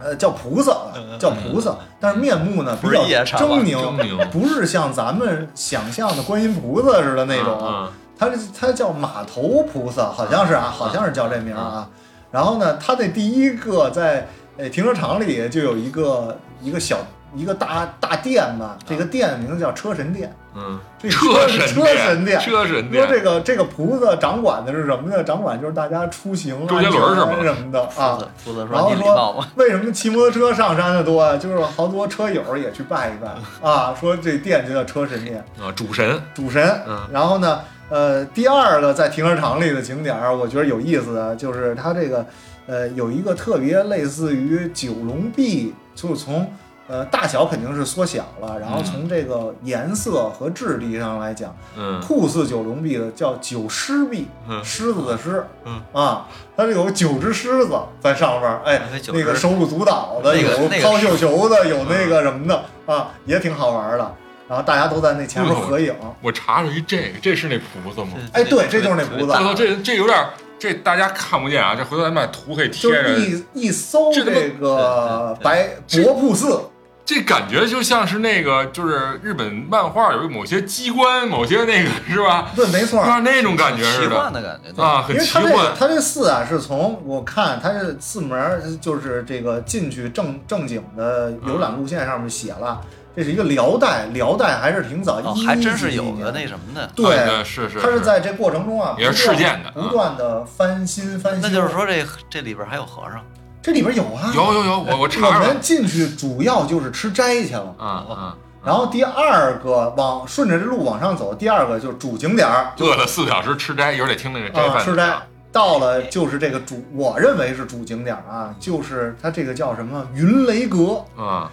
C: 呃，叫菩萨啊，叫菩萨，但是面目呢
E: 嗯
C: 比
E: 不是
C: 较
E: 夜叉吧
C: 狰狞，
D: 狰狞
C: 不是像咱们想象的观音菩萨似的那种啊。
D: 嗯
C: 他他叫马头菩萨，好像是啊，好像是叫这名儿啊。然后呢，他那第一个在呃停车场里就有一个一个小一个大大殿吧，这个殿名字叫车神殿。
D: 嗯，
C: 这
D: 啊车
C: 车
D: 神
C: 车神殿，
D: 车神
C: 说
D: 殿，
C: 这个这个菩萨掌管的是什么呢？掌管就是大家出行
D: 周杰伦儿是吗
C: 安全什么的啊
E: 菩萨。菩萨
C: 然
E: 说
C: 后
E: 你礼貌吗？
C: 说为什么骑摩托车上山的多啊？就是好多车友也去拜一拜啊，说这殿就叫车神殿。
D: 啊，主神，
C: 主神。
D: 嗯
C: 然后呢，呃，第二个在停车场里的景点儿，我觉得有意思的就是它这个，呃，有一个特别类似于九龙壁，就是从呃大小肯定是缩小了，然后从这个颜色和质地上来讲，
D: 嗯
C: 酷似九龙壁的叫九狮壁，
D: 嗯
C: 狮子的狮，
D: 嗯
C: 啊，它是有九只狮子在上边儿，哎
E: 还有，九只
C: 那个手舞足蹈的，
E: 那个那
C: 有
E: 个
C: 抛绣球的，有那个什么的啊，也挺好玩儿的。然后大家都在那前面
D: 不同
C: 合影，
D: 我查了一这个，这是那菩萨吗？
C: 哎对这就是那菩萨
D: 我操，这这有点儿，这大家看不见啊，这回头咱把图可以贴
C: 就是
D: 着。
C: 一一搜
D: 这他妈
C: 这个白博布寺，
D: 这感觉就像是那个，就是日本漫画有某些机关，某些那个是吧？
C: 对，没错
D: 有。点那种感觉
E: 奇
D: 似
E: 幻
D: 的
E: 的感觉对
D: 啊，
C: 因
D: 很
C: 为
D: 奇
C: 它这个
D: 幻。
C: 它这寺啊，是从我看它这寺门儿就是这个进去正正经的游览路线上面写了，这是一个辽代，辽代还是挺早，
E: 哦，
C: 一
E: 还真是
C: 几
E: 有个
C: 年
E: 那什么的，
D: 啊
C: 对
D: 对，是是
C: 它是
D: 是
C: 在这过程中啊，
D: 也是
C: 不断
D: 事件的
C: 不断的翻新翻新。
E: 那就是说这这里边还有和 尚，
C: 这里边有啊，
D: 有有有，我我
C: 我
D: 查着
C: 们
D: 了。
C: 进去主要就是吃斋去了。
D: 啊啊，
C: 然后第二个往顺着这路往上走，第二个就是主景点儿，
D: 饿了四个小时吃斋，一会儿得听那个斋
C: 啊，
D: 饭。
C: 吃斋。到了就是这个主，我认为是主景点啊，就是它这个叫什么云 雷阁，
D: 啊，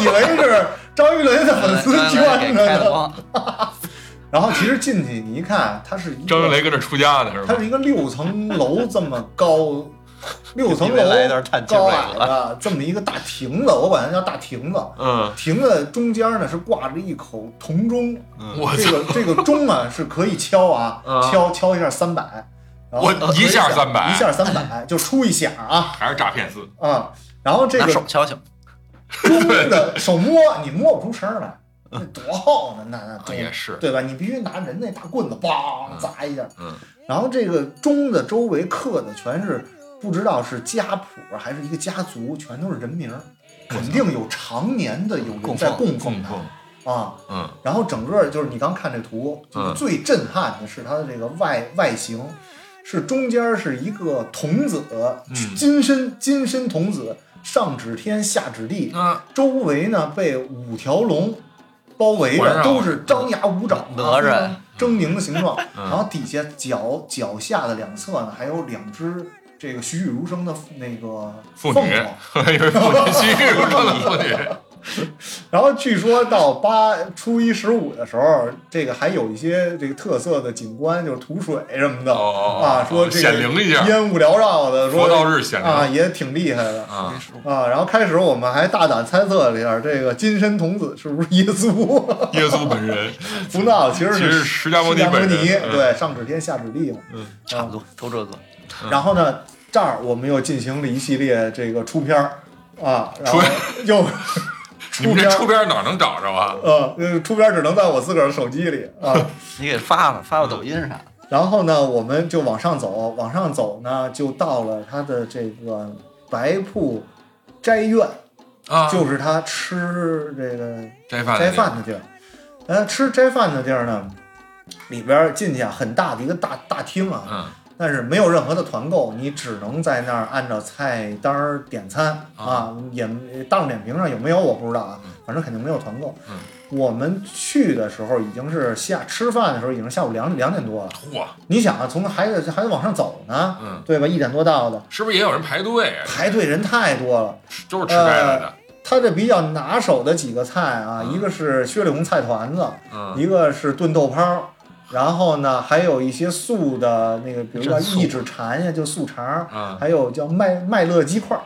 C: 以为是张玉林的粉 丝
E: 刚才给
C: 圈的
E: 开了
C: 呢。
E: 光，
C: 然后其实进去你一看，它是一
D: 张云
C: 个，
D: 雷跟这出家呢是
C: 它
D: 吧？
C: 是一个六层楼这么高，六层
E: 以为
C: 楼
E: 来一段探亲
C: 高
E: 北
C: 矮的这么一个大亭子，我管它叫大亭子。
D: 嗯，
C: 亭子中间呢是挂着一口铜钟，
D: 我
C: 这
D: 操，
C: 个这个钟啊是可以敲啊
D: 啊，
C: 敲敲一下三百，然后
D: 我
C: 可以
D: 一下
C: 响
D: 300
C: 哦一下三百就出一响啊
D: 还是诈骗寺。
C: 啊！然后这
E: 拿
C: 个
E: 手敲敲，
C: 钟的手摸你摸不出声来，那多厚呢？那那钟
D: 也是
C: 对吧？你必须拿人那大棍子梆砸一下，
D: 嗯，
C: 然后这个钟的周围刻的全是不知道是家谱还是一个家族，全都是人名儿，肯定有常年的有人在供奉
D: 供奉
C: 它啊。
D: 嗯，
C: 然后整个就是你刚看这图，就是
D: 嗯
C: 最震撼的是它的这个外外形，是中间是一个童子，
D: 嗯
C: 金身金身童子，上指天下指地，
D: 啊，
C: 周围呢被五条龙包围
D: 环绕
C: 着，都是张牙舞爪啊、
E: 哪吒
C: 非常狰狞的形状。
D: 嗯
C: 然后底下脚脚下的两侧呢，还有两只这个栩栩如生的那个
D: 妇
C: 凤
D: 女，
C: 凰。
D: 一会儿妇女区，一会儿妇女。
C: 然后据说到八初一十五的时候，这个还有一些这个特色的景观，就是吐水什么的
D: 哦哦哦
C: 啊，说这个
D: 显灵一下
C: 烟雾缭绕的，说
D: 佛道日显灵
C: 啊，也挺厉害的。
D: 啊，
C: 啊，然后开始我们还大胆猜测了一下，这个金身童子是不是耶稣？
D: 耶稣本人，
C: 不闹，其实
D: 其实
C: 是
D: 是释迦牟尼
C: 尼
D: 本人嗯
C: 对，上指天下指地嘛。
E: 差不多
C: 嗯
E: 都这个。
C: 然后呢，这儿我们又进行了一系列这个出片儿啊，然后
D: 出
C: 又
D: 你
C: 出
D: 们这
C: 片
D: 出边哪能找着啊？
C: 呃呃出片只能在我自个儿手机里啊。
E: 你给发发发到抖音上，
C: 然后呢，我们就往上走，往上走呢，就到了他的这个白瀑斋院，
D: 啊，
C: 就是他吃这个
D: 斋饭的
C: 斋
D: 地儿
C: 饭的地儿。呃，吃斋饭的地儿呢，里边儿进去啊，很大的一个大大厅啊，
D: 嗯
C: 但是没有任何的团购，你只能在那儿按照菜单儿点餐啊，也大众点评上有没有我不知道啊，反正肯定没有团购。
D: 嗯
C: 我们去的时候已经是下吃饭的时候已经是下午两两点多了，
D: 嚯，
C: 你想啊，从还得还得往上走呢，
D: 嗯，
C: 对吧？一点多到的，
D: 是不是也有人排队啊？
C: 排队人太多了。
D: 都是吃斋
C: 呃
D: 来的，
C: 他这比较拿手的几个菜啊，
D: 嗯
C: 一个是薛里红菜团子，
D: 嗯
C: 一个是炖豆泡，然后呢还有一些素的那个，比如叫
E: 真素
C: 一指馋呀，就素肠，
D: 嗯，
C: 还有叫麦麦乐鸡块儿，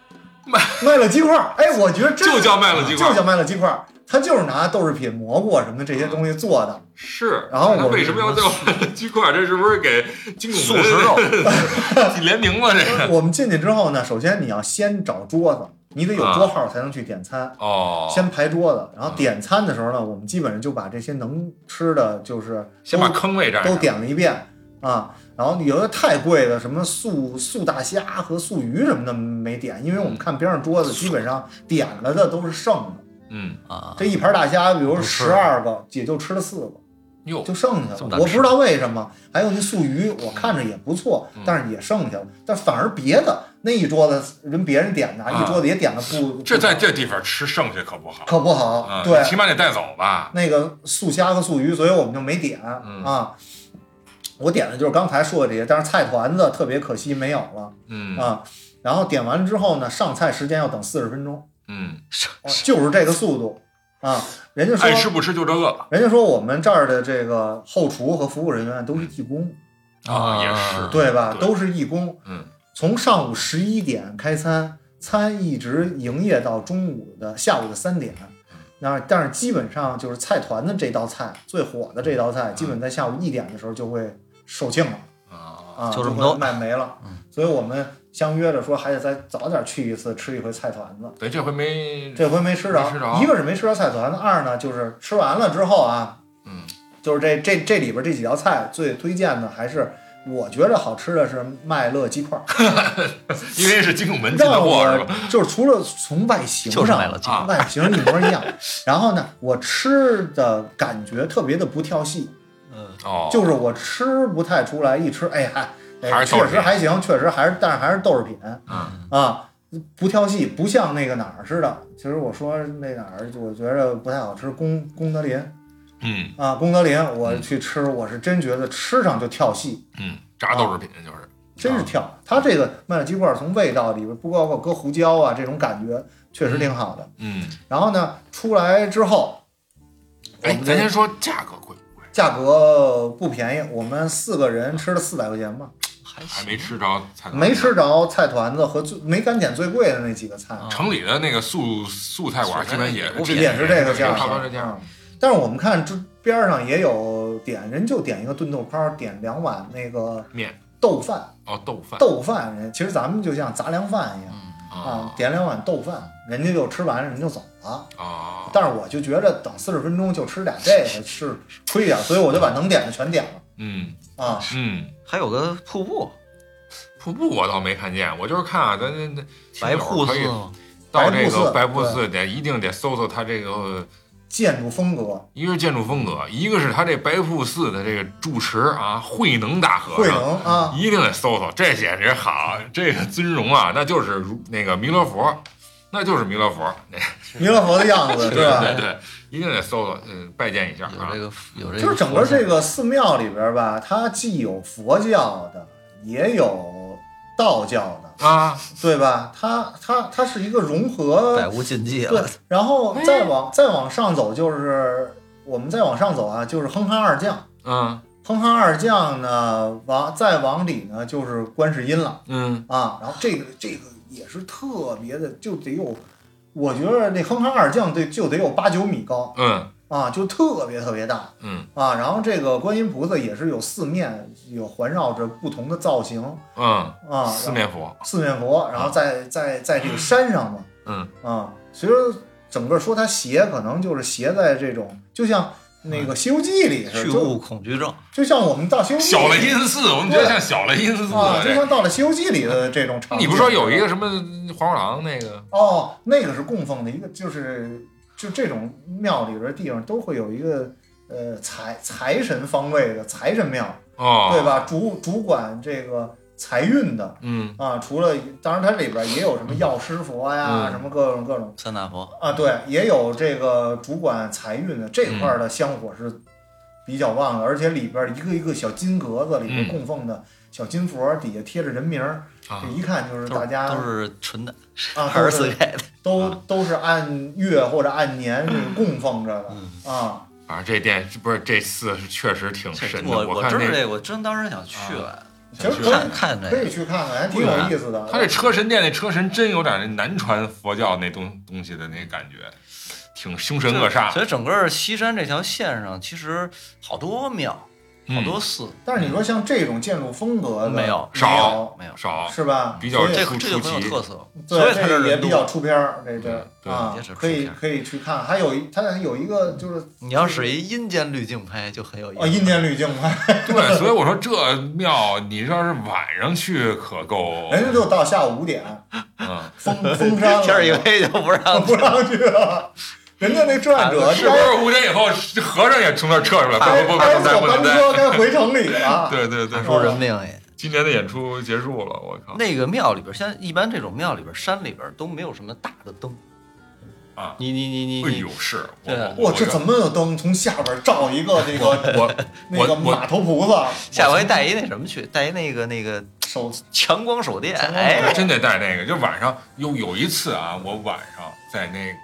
D: 麦
C: 麦乐鸡块儿，哎，我觉得这
D: 就叫麦乐鸡块
C: 就叫麦乐鸡块儿，它就是拿豆制品、蘑菇啊什么的这些东西做的，
D: 是。
C: 然后
D: 那
C: 我们
D: 为什么要叫麦乐鸡块？这是不是给金拱
E: 素
D: 门
E: 食肉，
D: 联名了？这个
C: 我们进去之后呢，首先你要先找桌子，你得有
D: 啊
C: 桌号才能去点餐。
D: 哦，
C: 先排桌子，然后点餐的时候呢，我们基本上就把这些能吃的，就是
D: 先把坑位占
C: 都
D: 上。
C: 点了一遍啊。然后有的太贵的，什么素素大虾和素鱼什么的没点，因为我们看边上桌子基本上点了的都是剩的。
D: 嗯嗯，
E: 啊，
C: 这一盘大虾，比如
E: 不吃
C: 十二个，也就吃了四
D: 哦
C: 个，
D: 哟
C: 就剩下
E: 这
C: 了
E: 么。难
C: 我不
E: 吃
C: 知道为什么。还有那素鱼，
D: 嗯
C: 我看着也不错，但是也剩下了。但反而别的那一桌子人别人点的，
D: 啊
C: 一桌子也点了不，
D: 这
C: 不
D: 在这地方吃剩下可不好
C: 可不好
D: 啊，。
C: 对
D: 你，起码得带走吧。
C: 那个素虾和素鱼，所以我们就没点、
D: 嗯
C: 啊。我点的就是刚才说的这些，但是菜团子特别可惜没有了、
D: 嗯
C: 啊。然后点完之后呢，上菜时间要等四十分钟，哦
D: 嗯，
C: 就是这个速度啊。人家
D: 爱吃
C: 说，
D: 不吃就这个
C: 人家说我们这儿的这个后厨和服务人员都是义工，
D: 啊，也是
C: 对吧？
D: 对
C: 都是义工。
D: 嗯，
C: 从上午十一点开餐，餐一直营业到中午的下午的三点。
D: 嗯
C: 那但是基本上就是菜团的这道菜最火的这道
D: 嗯
C: 菜，基本在下午一点的时候就会售罄了
D: 啊，
C: 啊，
E: 就
C: 就
E: 这么
C: 会
E: 多
C: 卖没了。
D: 嗯
C: 所以我们相约着说，还得再早点去一次吃一回菜团子。
D: 对，这回没
C: 这回没吃着
D: 没吃着，
C: 一个是没吃着菜团子，二呢就是吃完了之后啊，
D: 嗯，
C: 就是这这这里边这几道菜最推荐的还是我觉着好吃的是麦乐鸡块儿，
D: 因为是金拱门进的
C: 让
D: 货
C: 我
D: 是吧？
C: 就是除了从外形
E: 就是麦乐
C: 上，
E: 鸡
D: 块
C: 外形一模一样，然后呢，我吃的感觉特别的不跳戏，
E: 嗯，
D: 哦，
C: 就是我吃不太出来，一吃哎呀，哎
D: 还是豆制品
C: 确实还行，确实还是但是还是豆制品，
D: 嗯
C: 啊，不跳戏，不像那个哪儿似的。其实我说那哪儿，我觉着不太好吃。功功德林
D: 嗯
C: 啊，功德林，我去吃，我是真觉得吃上就跳戏，
D: 嗯，炸豆制品就是
C: 真
D: 哦
C: 是跳。它这个麦乐鸡块儿从味道里边，不包括搁胡椒啊这种感觉，确实挺好的。
D: 嗯，
C: 然后呢，出来之后，我
D: 哎，
C: 们
D: 咱
C: 这
D: 先说价格贵不贵？
C: 价格不便宜，我们四个人吃了四百块钱吧，
E: 还
D: 还
E: 行，
D: 没吃着菜，
C: 没吃。着菜团子和最没敢点最贵的那几个菜。
D: 城里的那个素素菜馆基本也
E: 素菜
C: 也是这个价，
D: 差不多这价。
C: 嗯。但是我们看这边上也有点，人就点一个炖豆泡，点两碗那个
D: 面
C: 豆饭，
D: 哦，豆饭
C: 豆饭人其实咱们就像杂粮饭一样
D: 啊，
C: 啊点两碗豆饭，人家就吃完人就走了。
D: 啊，
C: 但是我就觉着等四十分钟就吃俩这个是亏点儿，所以我就把能点的全点了
D: 嗯
C: 啊。
D: 嗯，
E: 还有个瀑布，
D: 瀑布我倒没看见，我就是看啊，咱咱咱
E: 白瀑
D: 可
E: 寺
D: 以
E: 吗
D: 到这个白
C: 白
D: 瀑
C: 瀑寺
D: 寺得一定得搜搜它这个，
C: 建筑风格，
D: 一个是建筑风格，一个是它这白瀑寺的这个住持啊，慧能大和
C: 慧
D: 尚。
C: 能啊，
D: 一定得搜搜，这简直好，这个尊容啊，那就是如那个弥勒佛，那就是弥勒佛，那
C: 弥勒佛的样子是吧
D: 对？对，一定得搜搜，嗯，拜见一下
E: 有
D: 啊
E: 这。个有这个，
C: 就是整个这个寺庙里边吧，它既有佛教的，也有道教的，
D: 啊，
C: 对吧？它它它是一个融合
E: 百，无禁忌
C: 对
E: 了，。
C: 然后再往再往上走，就是我们再往上走啊，就是哼哈二将。
D: 嗯
C: 哼哈二将呢，往再往里呢就是观世音了
D: 嗯
C: 啊。然后这个这个也是特别的，就得有，我觉得那哼哈二将得就得有八九米高
D: 嗯
C: 啊，就特别特别大。
D: 嗯
C: 啊，然后这个观音菩萨也是有四面，有环绕着不同的造型
D: 嗯，
C: 啊，
D: 四
C: 然
D: 面佛，啊
C: 后四面佛，然后在在在这个山上嘛，
D: 嗯
C: 啊，其实整个说它邪，可能就是邪在这种，就像那
D: 嗯
C: 个《西游记》里似
E: 去
C: 的，
E: 物
C: 就
E: 恐惧症，
C: 就像我们到《西游记》
D: 小了阴四，我们觉得
C: 对
D: 像小了阴四
C: 啊，就
D: 这
C: 像到了《西游记》里的这种场景。
D: 你不说有一个什么黄鼠狼那个？
C: 哦，那个是供奉的一个，就是就这种庙里边儿地方都会有一个呃财财神方位的财神庙，
D: 哦，
C: 对？吧？主主管这个财运的
D: 嗯，
C: 啊，除了当然它里边儿也有什么药师佛呀，
D: 嗯
C: 什么各种各种
E: 三大佛，
C: 啊，对，也有这个主管财运的这块儿的香火是比较旺的，而且里边儿一个一个小金格子里边
D: 嗯
C: 供奉的小金佛，底下贴着人名儿，
D: 啊
C: 这，一看就是
E: 都
C: 大
E: 是
C: 家
E: 都是纯的
C: 啊
E: 二十
C: 都
E: 四
C: 是
E: K 的，
C: 都
E: 啊
C: 都是按月或者按年这个供奉着
E: 嗯
C: 的啊。
D: 反正这店不是这寺 是确实挺神的。
E: 我
D: 我看
E: 知道
D: 那啊
E: 这个，我真当时想去来，
C: 其实可
E: 看
C: 以
E: 看这
C: 可以
E: 个，
C: 去看看，还挺有意思的。
D: 他这车神殿那车神真有点那南传佛教那东东西的那感觉，挺凶神恶煞
E: 所。以整个西山这条线上，其实好多庙，
D: 嗯
E: 好多寺，
C: 但是你说像这种建筑风格的
E: 没有
D: 少
E: 没有，
D: 少
C: 是吧？
D: 比较
C: 所以
E: 这
D: 出
E: 这就很有
D: 出奇
E: 特色，所
C: 对
E: 以它这
C: 这也
E: 人
C: 比
E: 多
C: 较。出片儿，这
D: 嗯
C: 这
D: 对
C: 啊
E: 也是，出
C: 可以
E: 片儿
C: 可以去看。还有一它有一个就是
E: 你要是一阴间滤镜拍就很有意思，
C: 哦，阴间滤镜嘛，
D: 对，所以我说这庙，你要是晚上去可够，
C: 人家就到下午 五点
D: 嗯，
C: 封封山了， 哦
E: 天儿一 黑就不让
C: 不让去了。人家那志愿 者
D: 是不是五点以后和尚也从那儿撤出来？
C: 该
D: 不不不
C: 该
D: 能
C: 小
D: 再不
C: 班
D: 能再，
C: 车该回城里了。
D: 对对 对，
E: 出人命也。
D: 今年的演出结束了，我靠，
E: 那个庙里边，像一般这种庙里边山里边都没有什么大的灯
D: 啊
E: 你你你你
D: 哎
E: 你
D: 呦，是我
E: 对
D: 我我
C: 哇，这怎么有灯从下边照一个这个
D: 我
C: 那个
D: 我我
C: 马头菩萨？
E: 下回带一那什么去，带一那个那个
C: 手
E: 强光手电，
C: 强光手电
E: 哎，
D: 真得带那个，就晚上有有一次啊，我晚上在那个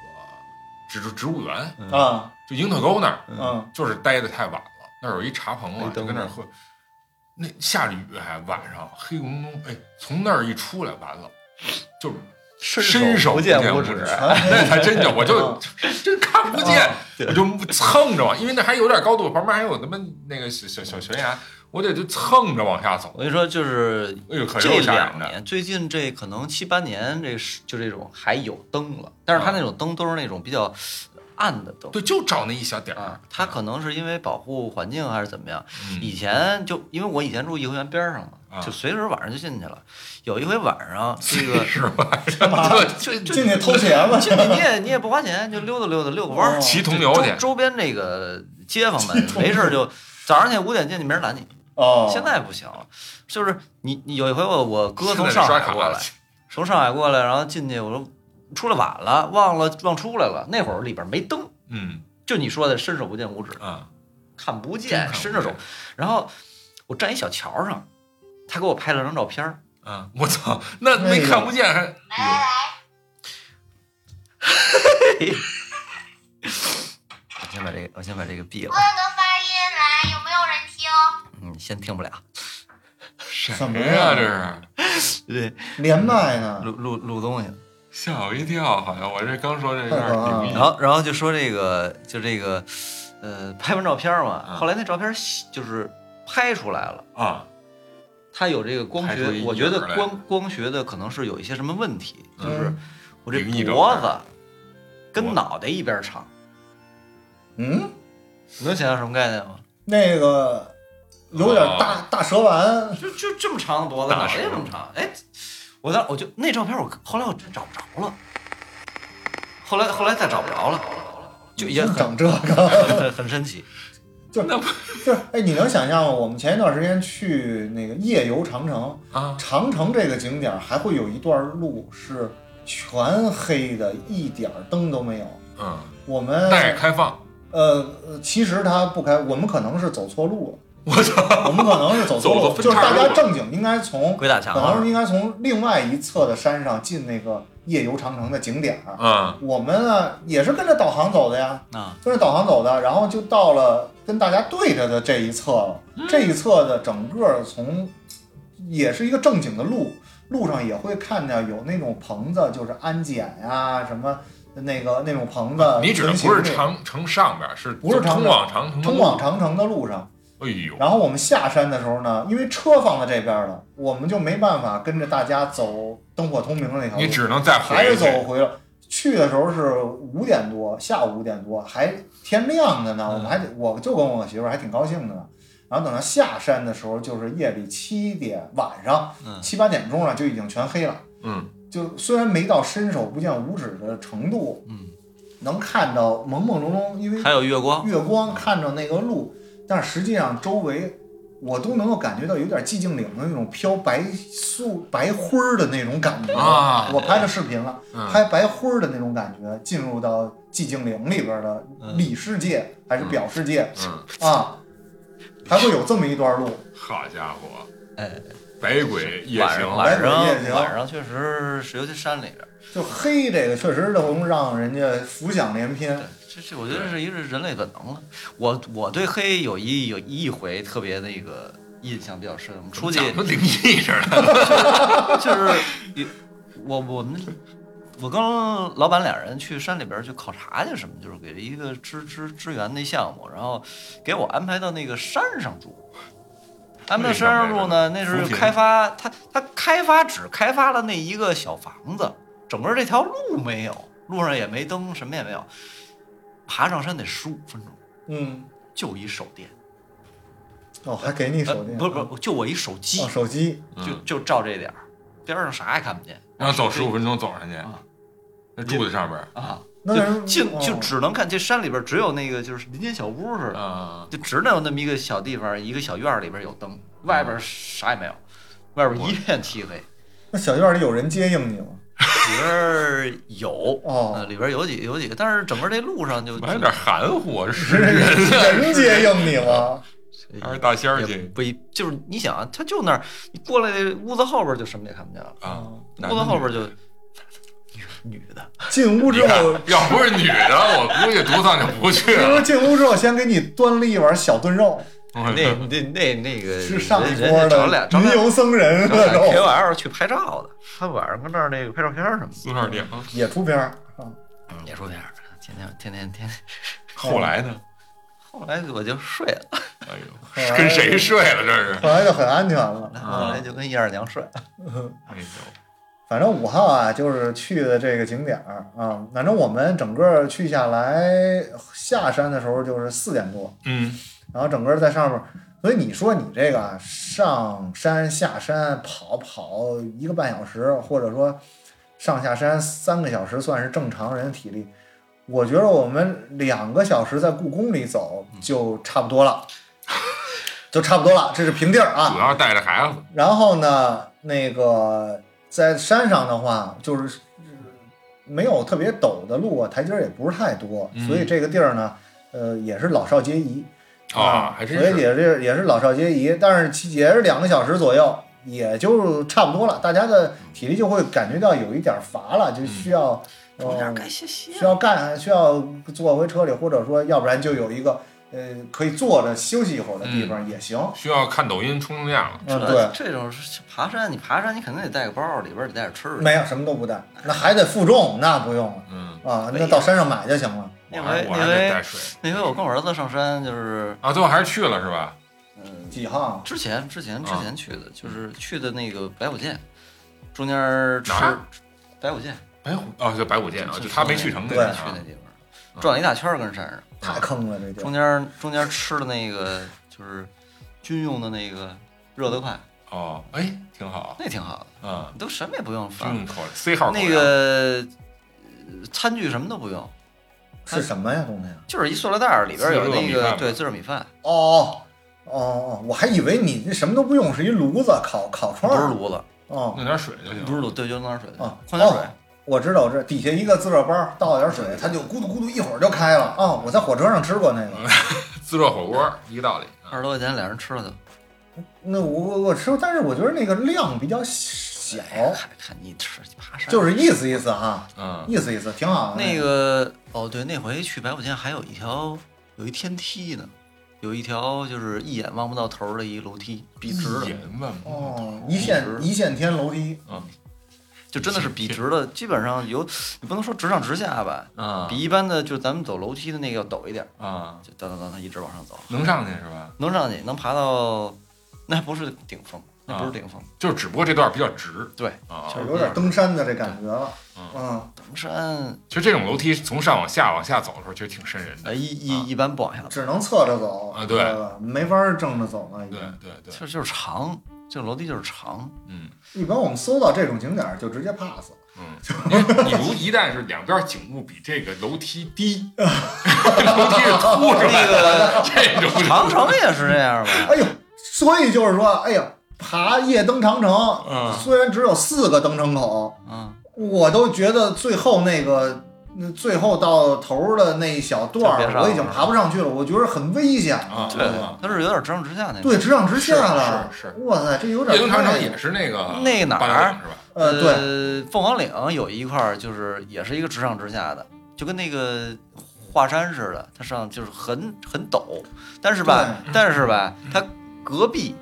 D: 植植物园，
C: 啊
D: 就樱桃沟那儿，
C: 嗯
D: 就是待的太晚了，那儿有一茶棚啊
E: 黑，灯
D: 就跟那儿喝。那下着雨还晚上黑咕隆咚，哎，从那儿一出来完了，就伸
E: 伸
D: 手
E: 不
D: 见
E: 五
D: 指啊
E: 指，，
D: 那还真的，我就
C: 啊
D: 真看不见，我就蹭着往，因为那还有点高度，旁边还有他妈那个小小小悬崖，我得就蹭着往下走。
E: 我跟你说，就是
D: 哎呦，可
E: 这
D: 是吓
E: 两
D: 人的。
E: 年，最近这可能七八年，这是就这种还有灯了，但是它那种灯都是那种比较暗的灯。
D: 啊对，就照那一小点儿
E: 啊，，它可能是因为保护环境还是怎么样？
D: 嗯
E: 以前就因为我以前住颐和园边儿上
D: 啊
E: 嘛，就随手晚上就进去了。有一回晚 上，这个
D: 是吧？
E: 就就
C: 进去偷钱吧，
E: 进去你也你也不花钱，就溜达溜达遛个弯儿
C: 哦，
D: 骑铜
E: 周
D: 牛去，
E: 周边那个街坊们没事儿就早上去五点进去，没人拦你。
C: 哦，
E: 现在不行了，就是你你有一回我我哥
D: 现在
E: 从
D: 得
E: 上
D: 刷
E: 海
D: 卡
E: 过来，从上海过来，然后进去我说出来晚了，忘了忘出来了，那会儿里边没灯，
D: 嗯
E: 就你说的伸手不见五指，
D: 啊，
E: 看不
D: 真
E: 见
D: 看不
E: 伸着手
D: 见，
E: 然后我站一小桥上，他给我拍了张照片儿，
D: 啊，我操，那没看不见还哎
E: 我先把这个我先把这个闭了
F: 所，有的发音来，有没有人听？
E: 嗯，先听不了，
C: 怎么
D: 呦谁呀？
C: 样
D: 这是
E: 对，
C: 连麦呢？
E: 录录录东西。
D: 吓我一跳，好像我这刚说这有点
C: 太可怕
D: 牛
C: 了
D: 逼
E: 然后然后就说这个就这个，呃，拍完照片儿嘛，
D: 嗯
E: 后来那照片儿就是拍出来了，
D: 啊，
E: 它有这个光
D: 拍出一
E: 学，
D: 影
E: 我觉
D: 儿
E: 得
D: 来
E: 光光学的可能是有一些什么问题，就
D: 嗯
E: 是我这
D: 灵异照
E: 脖
D: 片
E: 子跟
D: 脖
E: 脑袋一边儿长，
C: 嗯，
E: 你能想象什么概念吗？
C: 那个有点大大蛇丸，
E: 就就这么长的脖子，
D: 大
E: 脑袋也
D: 手
E: 这么长，哎，我当我就那照片我后来我真找不着了，后来后来再找不着了，就也很
C: 整这个，
E: 很很神奇，
C: 就是哎，你能想象吗？我们前一段时间去那个夜游长城，
D: 啊，
C: 长城这个景点儿还会有一段路是全黑的，一点儿灯都没有。
D: 嗯，
C: 我们
D: 待开放，
C: 呃，呃其实它不开，我们可能是走错路了。我操，我们可能是走错
D: 走
C: 路
D: 了
C: 了，
D: 分
C: 就是
D: 岔
C: 大
D: 路
C: 家
D: 了
C: 正经应该从
E: 鬼打墙啊
C: 可能是
E: 了，
C: 应该从另外一侧的山上进那个夜游长城的景点儿。
D: 嗯
C: 我们呢也是跟着导航走的呀，
E: 啊，
C: 跟着导航走的，然后就到了跟大家对着的这一侧了。
D: 嗯
C: 这一侧的整个从也是一个正经的路，路上也会看见有那种棚子，就是安检呀、什么那个那种棚子。
D: 啊你指的
C: 人行
D: 不是
C: 那
D: 长城上边儿，是
C: 不是长
D: 通
C: 城
D: 往长城的
C: 通
D: 路
C: 往？长城的路上。
D: 哎呦，
C: 然后我们下山的时候呢，因为车放在这边了，我们就没办法跟着大家走灯火通明的那条路。
D: 你只能再
C: 还
D: 回
C: 是
D: 去
C: 走回了。去的时候是五点多，下午五点多，还天亮的呢，我们还得
D: 嗯
C: 我就跟我媳妇儿还挺高兴的呢。然后等到下山的时候，就是夜里七点晚上
E: 嗯
C: 七八点钟了，就已经全黑了。
D: 嗯，
C: 就虽然没到伸手不见五指的程度，
E: 嗯，
C: 能看到朦朦胧胧，因为
E: 还有月光，
C: 月光看着那个路，但实际上周围我都能够感觉到有点寂静岭的那种飘白素白灰儿的那种感觉
D: 啊
C: 我拍了视频了，
D: 嗯
C: 拍白灰儿的那种感觉，进入到寂静岭里边的
E: 嗯
C: 里世界还是表世界、
D: 嗯，
C: 啊，还会有这么一段路，
D: 好家伙，
E: 哎，
D: 百鬼夜
E: 晚
D: 行
E: 上
C: 白
E: 晚上
C: 夜行
E: 晚上确实是，尤其山里边儿，
C: 就黑这个确实能让人家浮想联翩
E: 对。，这这我觉得是一个是人类本能了。我我对黑有一有一回特别那个印象比较深，我们出去
D: 怎么灵异似的？
E: 就是一我我们我跟老板俩人去山里边去考察去什么，就是给一个支支支援的项目，然后给我安排到那个山上住。安排到山上住呢，那时候
D: 扶贫
E: 开发，他他开发只开发了那一个小房子，整个这条路没有，路上也没灯，什么也没有。爬上山得十五分钟，
C: 嗯，
E: 就一手电，
C: 哦，还给你手
E: 呃、
C: 电，
E: 不是不是，就我一手机，
C: 哦，手机
E: 就
D: 嗯
E: 就照这点儿，边上啥也看不见。
D: 然后走十五分钟走上去
E: 啊，
D: 那住在上边儿
E: 啊，
C: 那
E: 就
C: 人
E: 就就
C: 哦
E: 只能看这山里边只有那个就是林间小屋似的，
D: 啊，
E: 就只能有那么一个小地方，一个小院儿里边有灯，外
D: 啊
E: 边啥也没有，外边一片漆黑。
C: 那小院里有人接应你吗？
E: 里边儿有
C: 哦
E: 呃里边有几有几个，但是整个这路上就
D: 我还有点含糊，啊这是人
C: 人接应你吗？
E: 也
D: 还是大仙儿
E: 也
D: 去
E: 不一就是你想啊，他就那儿，你过来屋子后边就什么也看不见了，
D: 啊？男
E: 屋子
D: 的
E: 后
D: 女的
E: 边就 女女的，
C: 进屋
D: 你
C: 之
D: 看
C: 后，，
D: 要不是女的，我估计毒丧就不去
C: 比如说
D: 了。
C: 进屋之后先给你端了一碗小炖肉，
E: 那 那那那个
C: 是上一
E: 人
C: 桌
E: 人家找俩
C: 的
E: 找
C: 云
E: 俩
C: 游僧人
E: 然
C: 那
E: 后
C: 种
E: KOL 去拍照的，他晚上跟那儿那个拍照片儿什么
D: 四二零，
C: 野出 片儿啊，
E: 的，
D: 嗯
E: 也说点儿，天天天天天天。
D: 后来呢？
E: 后来我就睡了，
D: 哎呦，跟谁睡了这是？
C: 后来就很安全了。
E: 后
D: 啊
E: 来就跟叶二娘睡了。
D: 哎呦，
C: 反正五号啊，就是去的这个景点儿啊，反正我们整个去下来下山的时候就是四点多，
D: 嗯，
C: 然后整个在上面，所以你说你这个啊上山下山跑跑一个半小时，或者说上下山三个小时，算是正常人体力。我觉得我们两个小时在故宫里走就差不多了，就差不多了，这是平地儿啊
D: 主。要是带着孩子，
C: 然后呢，那个在山上的话，就是没有特别陡的路啊，台阶儿也不是太多，
D: 嗯
C: 所以这个地儿呢，呃，也是老少皆宜
D: 啊还真
C: 所以
D: 是
C: 也是也是老少皆宜，但是其也是两个小时左右，也就差不多了，大家的体力就会感觉到有一点儿乏了，就需要、呃
E: 中间该歇歇
C: 需要干需要坐回车里，或者说要不然就有一个呃可以坐着休息一会儿的地
E: 嗯
C: 方、也行。
D: 需要看抖音充充量了。
C: 嗯，对
E: 这，这种是爬山，你爬山你肯定得带个包，里边儿得带点吃的。
C: 没有，什么都不带，那还得负重，那不用了
D: 嗯，
C: 啊，那到山上买就行了。
E: 那
D: 我
E: 回
D: 还我还
E: 那
D: 得带
E: 回
D: 水
E: 那回我跟我儿子上山，就是
D: 啊，最后还是去了是吧？
E: 嗯，
C: 几号？
E: 之前之前之
D: 啊
E: 前去的，就是去的那个白虎涧，中间儿吃
D: 哪儿
E: 白虎涧，
D: 白虎哦，就白虎涧啊，
E: 是
D: 就他没去成那
E: 对
D: 个
E: 去
D: 啊
E: 那地方转了一大圈儿跟山上。
C: 太坑了，这地
E: 中
C: 儿。
E: 间儿中间儿吃的那个就是军用的那个热得快，
D: 哦，哎，挺好，
E: 那挺好的，
D: 嗯，
E: 你都什么也不用
D: 军用
E: 放，
D: 口 C 号口
E: 那
D: 粮
E: 个呃餐具什么都不用，
C: 是什么呀，东西？
E: 就是一塑料袋儿，里边儿有
D: 自
E: 那
D: 热米饭
E: 个
D: 嘛
E: 对自热米饭，
C: 哦哦哦，我还以为你这什么都不用，是一炉子烤烤
E: 不
C: 串
E: 是
C: 儿。
E: 炉子，
C: 哦，
D: 弄点水就
E: 不
D: 行。
E: 是炉，对，就弄点水
C: 啊，
E: 矿泉水
C: 哦。我知道，我知道，底下一个自热包，倒点水，它就咕嘟咕嘟一会儿就开了。啊，我在火车上吃过那个。
D: 自热火锅一个道理，
E: 二十多块钱，俩人吃了就。
C: 那我我我吃过，但是我觉得那个量比较小，
E: 哎看看你吃，你爬山
C: 哦就是意思意思哈，
D: 嗯，
C: 意思意思，挺好的。
E: 那个哦，对，那回去白虎涧还有一条有一天梯呢，有一条就是一眼望不到头儿的一楼梯，笔直的。
D: 盐吧，
C: 哦，一线
E: 一直
C: 一线天楼梯，
D: 嗯
E: 就真的是笔直的，基本上有你不能说直上直下吧，
D: 啊
E: 比一般的就是咱们走楼梯的那个要陡一点，
D: 啊，
E: 就当当当当一直往上走，
D: 能上去是吧？
E: 能上去能爬到，那不是顶峰，那不是顶峰，
D: 就是只不过这段比较直
E: 对，
D: 啊
E: 确。实
C: 有点登山的这感觉了。嗯，
E: 登山
D: 其实这种楼梯从上往下往下走的时候，其实挺瘆人的。
E: 呃一
D: 啊
E: 一一般不往下走，
C: 只能侧着走
D: 啊对
C: 呃没法儿正着走了已
D: 对
C: 经。
D: 对对，
E: 就是就是长，这种楼梯就是长，
D: 嗯
C: 一般我们搜到这种景点儿就直接 pass 了。
D: 嗯，因为你如一旦是两边景物比这个楼梯低， 楼梯是凸出来
E: 那
D: 的，
E: 个
D: 这种
E: 长城也是这样 吧？
C: 哎呦，所以就是说，哎呀，爬夜登长城，
D: 嗯
C: 虽然只有四个登城口，
E: 嗯，
C: 我都觉得最后那个，那最后到头儿的那一小段
E: 就别
C: 儿，
E: 上了
C: 我已经爬不上去了，我觉得很危 险。
D: 啊，
E: 对，它是有点直上直下那种。
C: 对，直上直下了，
D: 是是是
C: 哇塞，这有点
D: 夜登长城
C: 太
D: 也是那个
E: 那哪儿
D: 八达岭是吧？
C: 呃，对，
E: 呃，凤凰岭有一块儿就是也是一个直上直下的，就跟那个华山似的，它上就是很很陡，但是吧，但是吧，它隔壁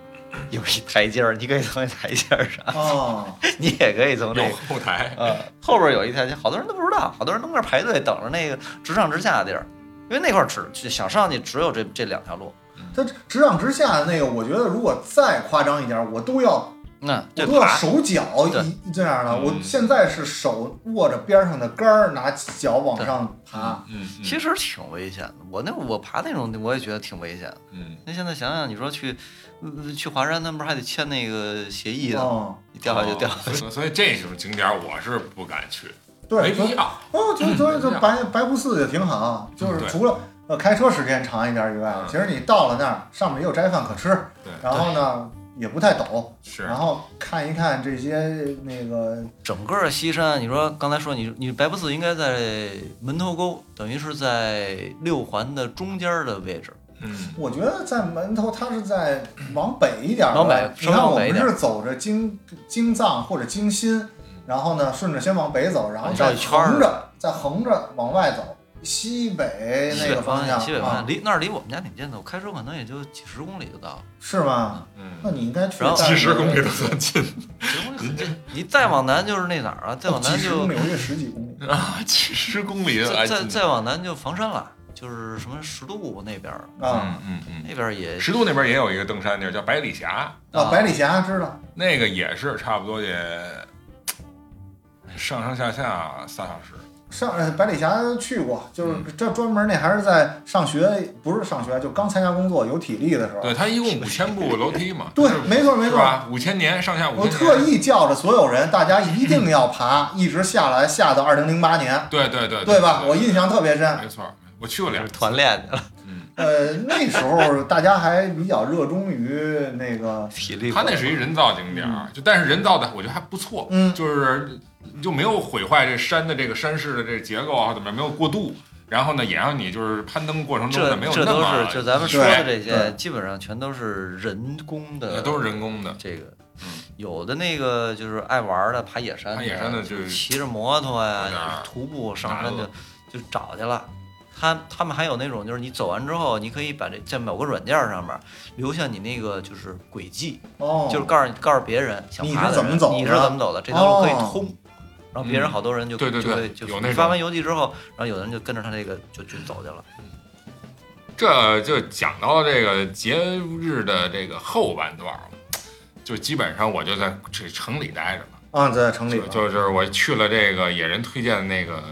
E: 有一台阶儿，你可以从那台阶儿上，
C: 哦，
E: 你也可以从那
D: 有
E: 个。
D: 后台，
E: 呃， 后边有一台阶，好多人都不知道，好多人都在那儿排队等着那个直上直下的地儿，因为那块儿只想上去只有这这两条路，
C: 它直上直下的那个，我觉得如果再夸张一点儿，我都要
E: 那
C: 我
E: 对
C: 都要
E: 爬
C: 手脚
E: 对
C: 一这样的。
D: 嗯
C: 我现在是手握着边上的杆儿，拿脚往上爬。
D: 嗯，嗯
E: 其实挺危险的。我那我爬那种我也觉得挺危险的。
D: 嗯，
E: 那现在想想，你说去、呃去华山，他们不是还得签那个协议呢？
C: 嗯，
E: 你掉下去就掉下去。
D: 哦所以所以这种景点我是不敢去，哎没
C: 对，所
D: 必
C: 以
D: 要。
C: 哦， 就所以就
D: 嗯
C: 白白布寺也挺好，就是
D: 对
C: 除了呃开车时间长一点儿以外
D: 嗯，
C: 其实你到了那儿，上面也有斋饭可吃
D: 对，
C: 然后呢也不太陡，
D: 是
C: 然后看一看这些那个
E: 整个西山，你说刚才说你你白布寺应该在门头沟，等于是在六环的中间的位置。
D: 嗯，
C: 我觉得在门头，它是在往北一点儿吧。
E: 往北
C: 你
E: 稍微
C: 看
E: 往
C: 我
E: 北一
C: 们
E: 点
C: 是走着京京藏或者京
D: 嗯
C: 新，然后呢顺着先往北走，然后
E: 往绕
C: 再
E: 一圈儿
C: 横着，再横着往外走，西北那
E: 西
C: 个
E: 北
C: 方向
E: 西北
C: 啊
E: 方，离那儿离我们家挺近的，我开车可能也就几十公里就到了。
C: 是吗？
D: 嗯
C: 那你应该去
E: 然后
C: 带
D: 七十
C: 个
D: 公里都算近
E: 几十公里很
D: 嗯
E: 近。你再往南就是那哪儿
D: 哦
E: 啊？再往
C: 几
E: 南
C: 十
E: 就
C: 公里，我觉得十几公里。
D: 啊，七十公里
E: 再
D: 哎
E: 再
D: 近
E: 再往南就房山了，就是什么十渡那边儿，
C: 啊
D: 嗯嗯嗯，
E: 那边儿也
D: 十渡那边也有一个登山地儿叫百里峡，
C: 啊，
E: 啊
C: 百里峡知道，
D: 那个也是差不多也上上下下仨小时。
C: 上呃百里峡去过，就是
D: 嗯
C: 这专门那还是在上学，不是上学，就刚参加工作有体力的时候。
D: 对，它一共五千步楼梯嘛。
C: 对
D: 是
C: 没错没
D: 是
C: 错
D: 吧？五千年上下五
C: 我
D: 千年。
C: 特意叫着所有人，大家一定要爬，一直下来，下到二零零八年，
D: 对对对
C: 对吧？我印象特别深。
D: 没错，我去过两
E: 是
D: 次。
E: 团练去了，
C: 呃，那时候大家还比较热衷于那个，
E: 体力。
D: 它那是一人造景点儿，就但是人造的我觉得还不错，
C: 嗯
D: 就是就没有毁坏这山的这个山势的这结构啊，或者怎么样，没有过度。然后呢，也让你就是攀登过程中
E: 这
D: 呢没有
E: 这
D: 那
E: 都
D: 么
E: 是就咱们说的这
C: 对
E: 些，基本上全都是人工
D: 呃
E: 的，
D: 都是人工的。
E: 这个
D: 嗯。
E: 有的那个就是爱玩的，爬野山，
D: 爬野山的就是啊
E: 骑着摩托
D: 有点
E: 呀
D: 儿、
E: 徒步上
D: 哪
E: 山
D: 都
E: 就就找去了。他他们还有那种，就是你走完之后，你可以把这在某个软件上面留下你那个就是轨迹，
C: 哦，
E: 就是告诉你告诉别人想
C: 你
E: 爬
C: 是
E: 的
C: 怎么
E: 人
C: 走
E: 你
C: 的
E: 是怎么走的，这条路可以
C: 哦
E: 通。然后别人
D: 嗯
E: 好多人就
D: 对对
E: 就
D: 对
E: 会就
D: 有那
E: 你发
D: 种
E: 完游记之后，然后有的人就跟着他这个就就走去了。
D: 这就讲到这个节日的这个后半段了，就基本上我就在这城里待着了，
C: 啊，在城里
D: 就就是我去了这个野人推荐的那个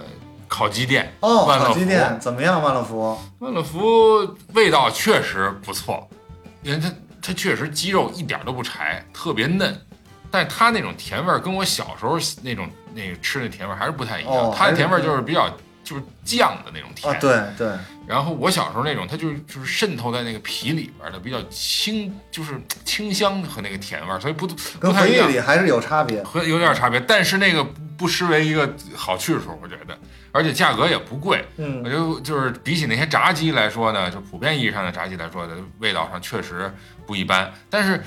D: 烤鸡店，
C: 哦，
D: 万乐
C: 烤
D: 福
C: 鸡店怎么样？万乐福啊
D: 万乐福味道确实不错，因为它它确实鸡肉一点都不柴，特别嫩。但是它那种甜味儿跟我小时候那种那个吃那甜味儿还是不太一样，
C: 哦
D: 它
C: 还
D: 的
C: 是
D: 甜味儿就是比较就是酱的那种甜。
C: 啊，对对，
D: 然后我小时候那种，它就是就是渗透在那个皮里边的，比较清，就是清香和那个甜味儿，所以不不
C: 跟
D: 太
C: 回
D: 一
C: 忆
D: 样，
C: 里还是有差别。
D: 和有点差别。但是那个不不失为一个好去处，我觉得，而且价格也不贵。我
C: 嗯，
D: 就就是比起那些炸鸡来说呢，就普遍意义上的炸鸡来说的味道上确实不一般。但是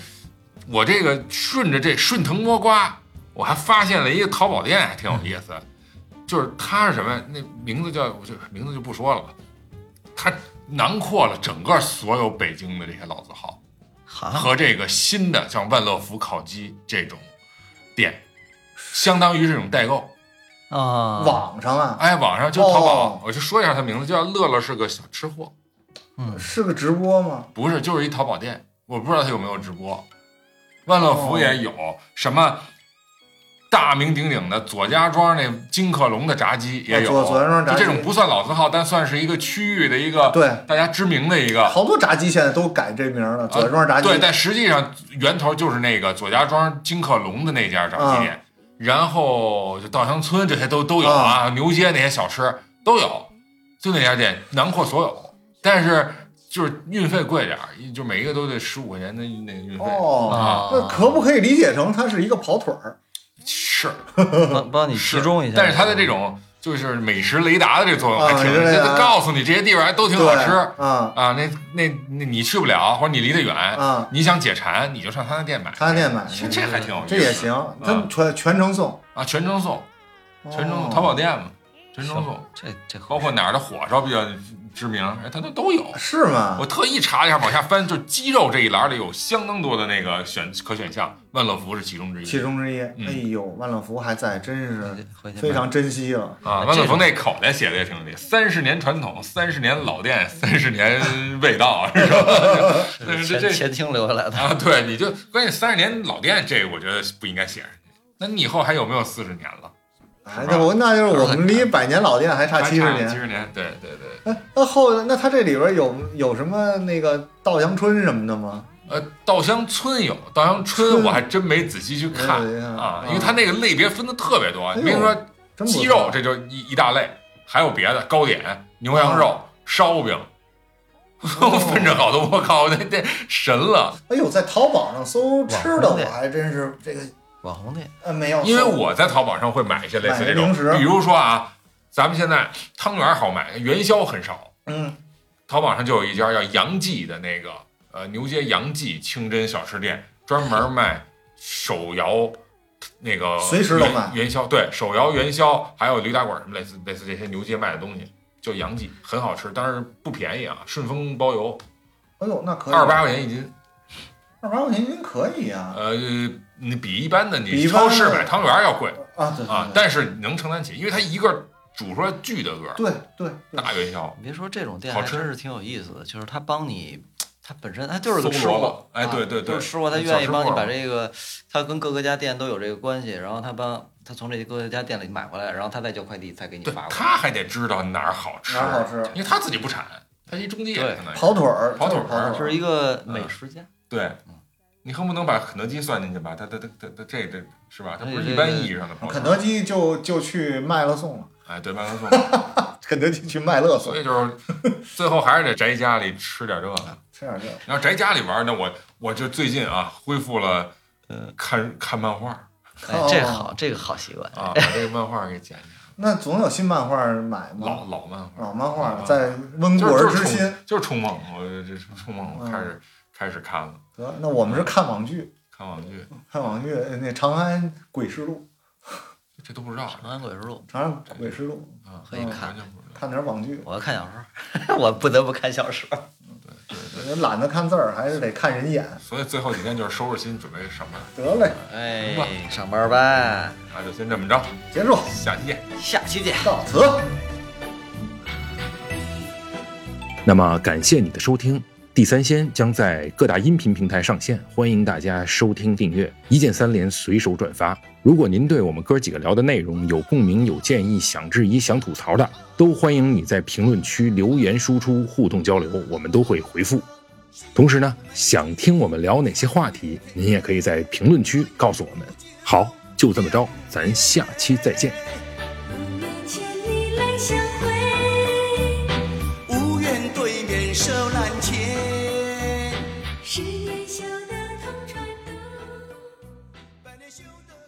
D: 我这个顺着这顺藤摸瓜，我还发现了一个淘宝店，还挺有意思。就是它是什么呀？那名字叫我就名字就不说了，它囊括了整个所有北京的这些老字号
E: 哈，
D: 和这个新的像万乐福烤鸡这种店，相当于是一种代购。
E: 啊，
C: 网上啊，
D: 哎，网上就淘宝
C: 哦，
D: 我就说一下它名字，就叫乐乐是个小吃货。
E: 嗯，
C: 是个直播吗？
D: 不是，就是一淘宝店，我不知道他有没有直播。万乐福也有、
C: 哦
D: 什么大名鼎鼎的左家庄那金客隆的炸鸡也有，
C: 哎左左家庄炸
D: 就
C: 鸡
D: 这种不算老字号，但算是一个区域的一个
C: 对
D: 大家知名的一个。
C: 好多炸鸡现在都改这名儿了，左家庄炸鸡。
D: 啊对，但实际上源头就是那个左家庄金客隆的那家炸鸡
C: 啊
D: 店，然后就稻香村这些都都有啊，牛街那些小吃都有，就那家店囊括所有，但是就是运费贵点儿，就每一个都得十五块钱的那个运费、
C: 哦，那可不可以理解成它是一个跑腿儿？
D: 啊，是
E: 帮帮你集
D: 是
E: 中一下。嗯
D: 但是它的这种就是美食雷达的这作用
C: 啊
D: 还挺，
C: 美食雷达
D: 它告诉你这些地方还都挺
C: 对
D: 好吃
C: 啊
D: 啊，那那那你去不了或者你离得远，
C: 啊，
D: 你想解馋你就上他那店买，
C: 他店买
D: 这这还挺有意思，
C: 这也行，它全全程送，
D: 啊，全程送，啊全程
C: 哦
D: 淘宝店嘛，全程送，
E: 这这
D: 包括哪儿的火烧比较知名，哎，它都都有。
C: 是吗
D: 我？特意查了一下，往下翻，就鸡肉这一栏里有相当多的那个选可选项，万乐福是其中之一。
C: 其中之一。
D: 嗯
C: 哎呦，万乐福还在，真是
E: 回去
C: 非常珍惜了。
D: 啊，万乐福那口袋写的也挺有意思，三十年传统，三十年老店，三十年味道，啊是吧？ 但是这
E: 前前厅留下来的。
D: 啊，对，你就关键三十年老店，这个我觉得不应该写上去。那你以后还有没有四十年了？
C: 哎，那我那就是我们离百年老店还差七十
D: 七
C: 年。
D: 十年，对对对。
C: 哎，那后那它这里边有有什么那个稻香村什么的吗？
D: 呃，稻香村有稻香村，
C: 村
D: 我还真没仔细去看
C: 没有印象
D: 啊
C: 啊，
D: 因为它那个类别分的特别多。
C: 哎呦
D: 你比如说
C: 真不错
D: 鸡肉，这就一一大类，还有别的糕点、牛羊肉、
C: 啊
D: 烧饼，
C: 哦
D: 分着好多。我靠，那那神了！
C: 哎呦，在淘宝上搜吃的，
E: 网红
C: 我
E: 店
C: 还真是这个
E: 网红店，
C: 呃没有搜，
D: 因为我在淘宝上会买一些类似这种
C: 买些零，食
D: 比如说啊，咱们现在汤圆好买，元宵很少。
C: 嗯
D: 淘宝上就有一家叫杨记的那个呃牛街杨记清真小吃店，专门卖手摇那个
C: 随时都卖
D: 元元宵，对手摇元宵，还有驴打滚儿什么类似类似这些牛街卖的东西，就杨记很好吃，但是不便宜啊，顺丰包邮，
C: 哎呦，那可以，
D: 二十八块钱一斤，
C: 二八块钱您可以啊
D: 呃，你比一般的
C: 比
D: 你
C: 一般
D: 超
C: 的
D: 市买汤圆儿要贵
C: 啊对
D: 啊，但是能承担起，因为它一个煮出来巨的个儿
C: 对对对
D: 大元宵，
E: 你别说这种店
D: 好
E: 还
D: 吃
E: 真是挺有意思的，就是他帮你，他本身他就是
D: 搜
E: 个吃
D: 萝
E: 货
D: 卜，，哎，
E: 啊
D: 对对对，
E: 就是吃货，他愿意帮你把这个，他跟各个家店都有这个关系，然后他帮他从这各个家店里买回来，然后他再叫快递再给你
D: 对
E: 发，过来。
D: 他还得知道哪儿好吃，
C: 哪儿好吃
D: 因为他自己不产，他一中介，
E: 对
D: 可能
C: 跑腿儿
D: 跑腿儿
C: 就是跑
E: 就是
C: 腿
E: 一个
D: 嗯
E: 美食 家，
D: 对，你恨不能把肯德基算进去吧？他他他他他这这是吧？他不是
E: 对
D: 一般
E: 对对
D: 意义上的跑腿
C: 儿，嗯肯德基就就去麦乐送了，啊
D: 哎，对，麦当送，
C: 肯德基去麦乐送
D: 所，以就是 最后还是得宅家里吃点这个。
C: 吃点这个。
D: 你要宅家里玩呢，我我就最近啊恢复了，
E: 嗯
D: 呃，看看漫画
E: 哎，这好，这个好习 惯。
D: 啊，把这个漫画给捡起来，
C: 那总有新漫画买
D: 老
C: 吗？
D: 老漫画，
C: 老漫
D: 老
C: 画在温故
D: 就是
C: 而
D: 就是
C: 知
D: 冲
C: 新。
D: 就是冲梦，我这是冲梦，
C: 嗯
D: 我开始开始看了
C: 得，那我们是看网剧，
D: 看网剧，
C: 看网剧，呃那《长安诡事录
D: 这都不知道，
E: 长安鬼事录》，
C: 《长安诡事录
D: 啊，
E: 可以看
D: 完全不知》，道。
C: 看点网剧，
E: 我要看小说， 我不得不看 小说。
C: 懒得看字儿，还是得看人演。
D: 所以最后几天就是收拾心准备上班，
C: 得嘞，
E: 哎，上班吧，
D: 那就先这么着，
C: 结束，
D: 下期见。
E: 下期见。
C: 告辞。
G: 那么感谢你的收听，《地三鲜》将在各大音频平台上线，欢迎大家收听订阅，一键三连，随手转发。如果您对我们哥几个聊的内容有共鸣、有建议、想质疑、想吐槽的，都欢迎你在评论区留言输出，互动交流，我们都会回复。同时呢，想听我们聊哪些话题，您也可以在评论区告诉我们。好，就这么着，咱下期再见。
H: 五年千里来相会，
I: 无缘对面手难牵。
H: 十年修得同船渡。
I: 百年修得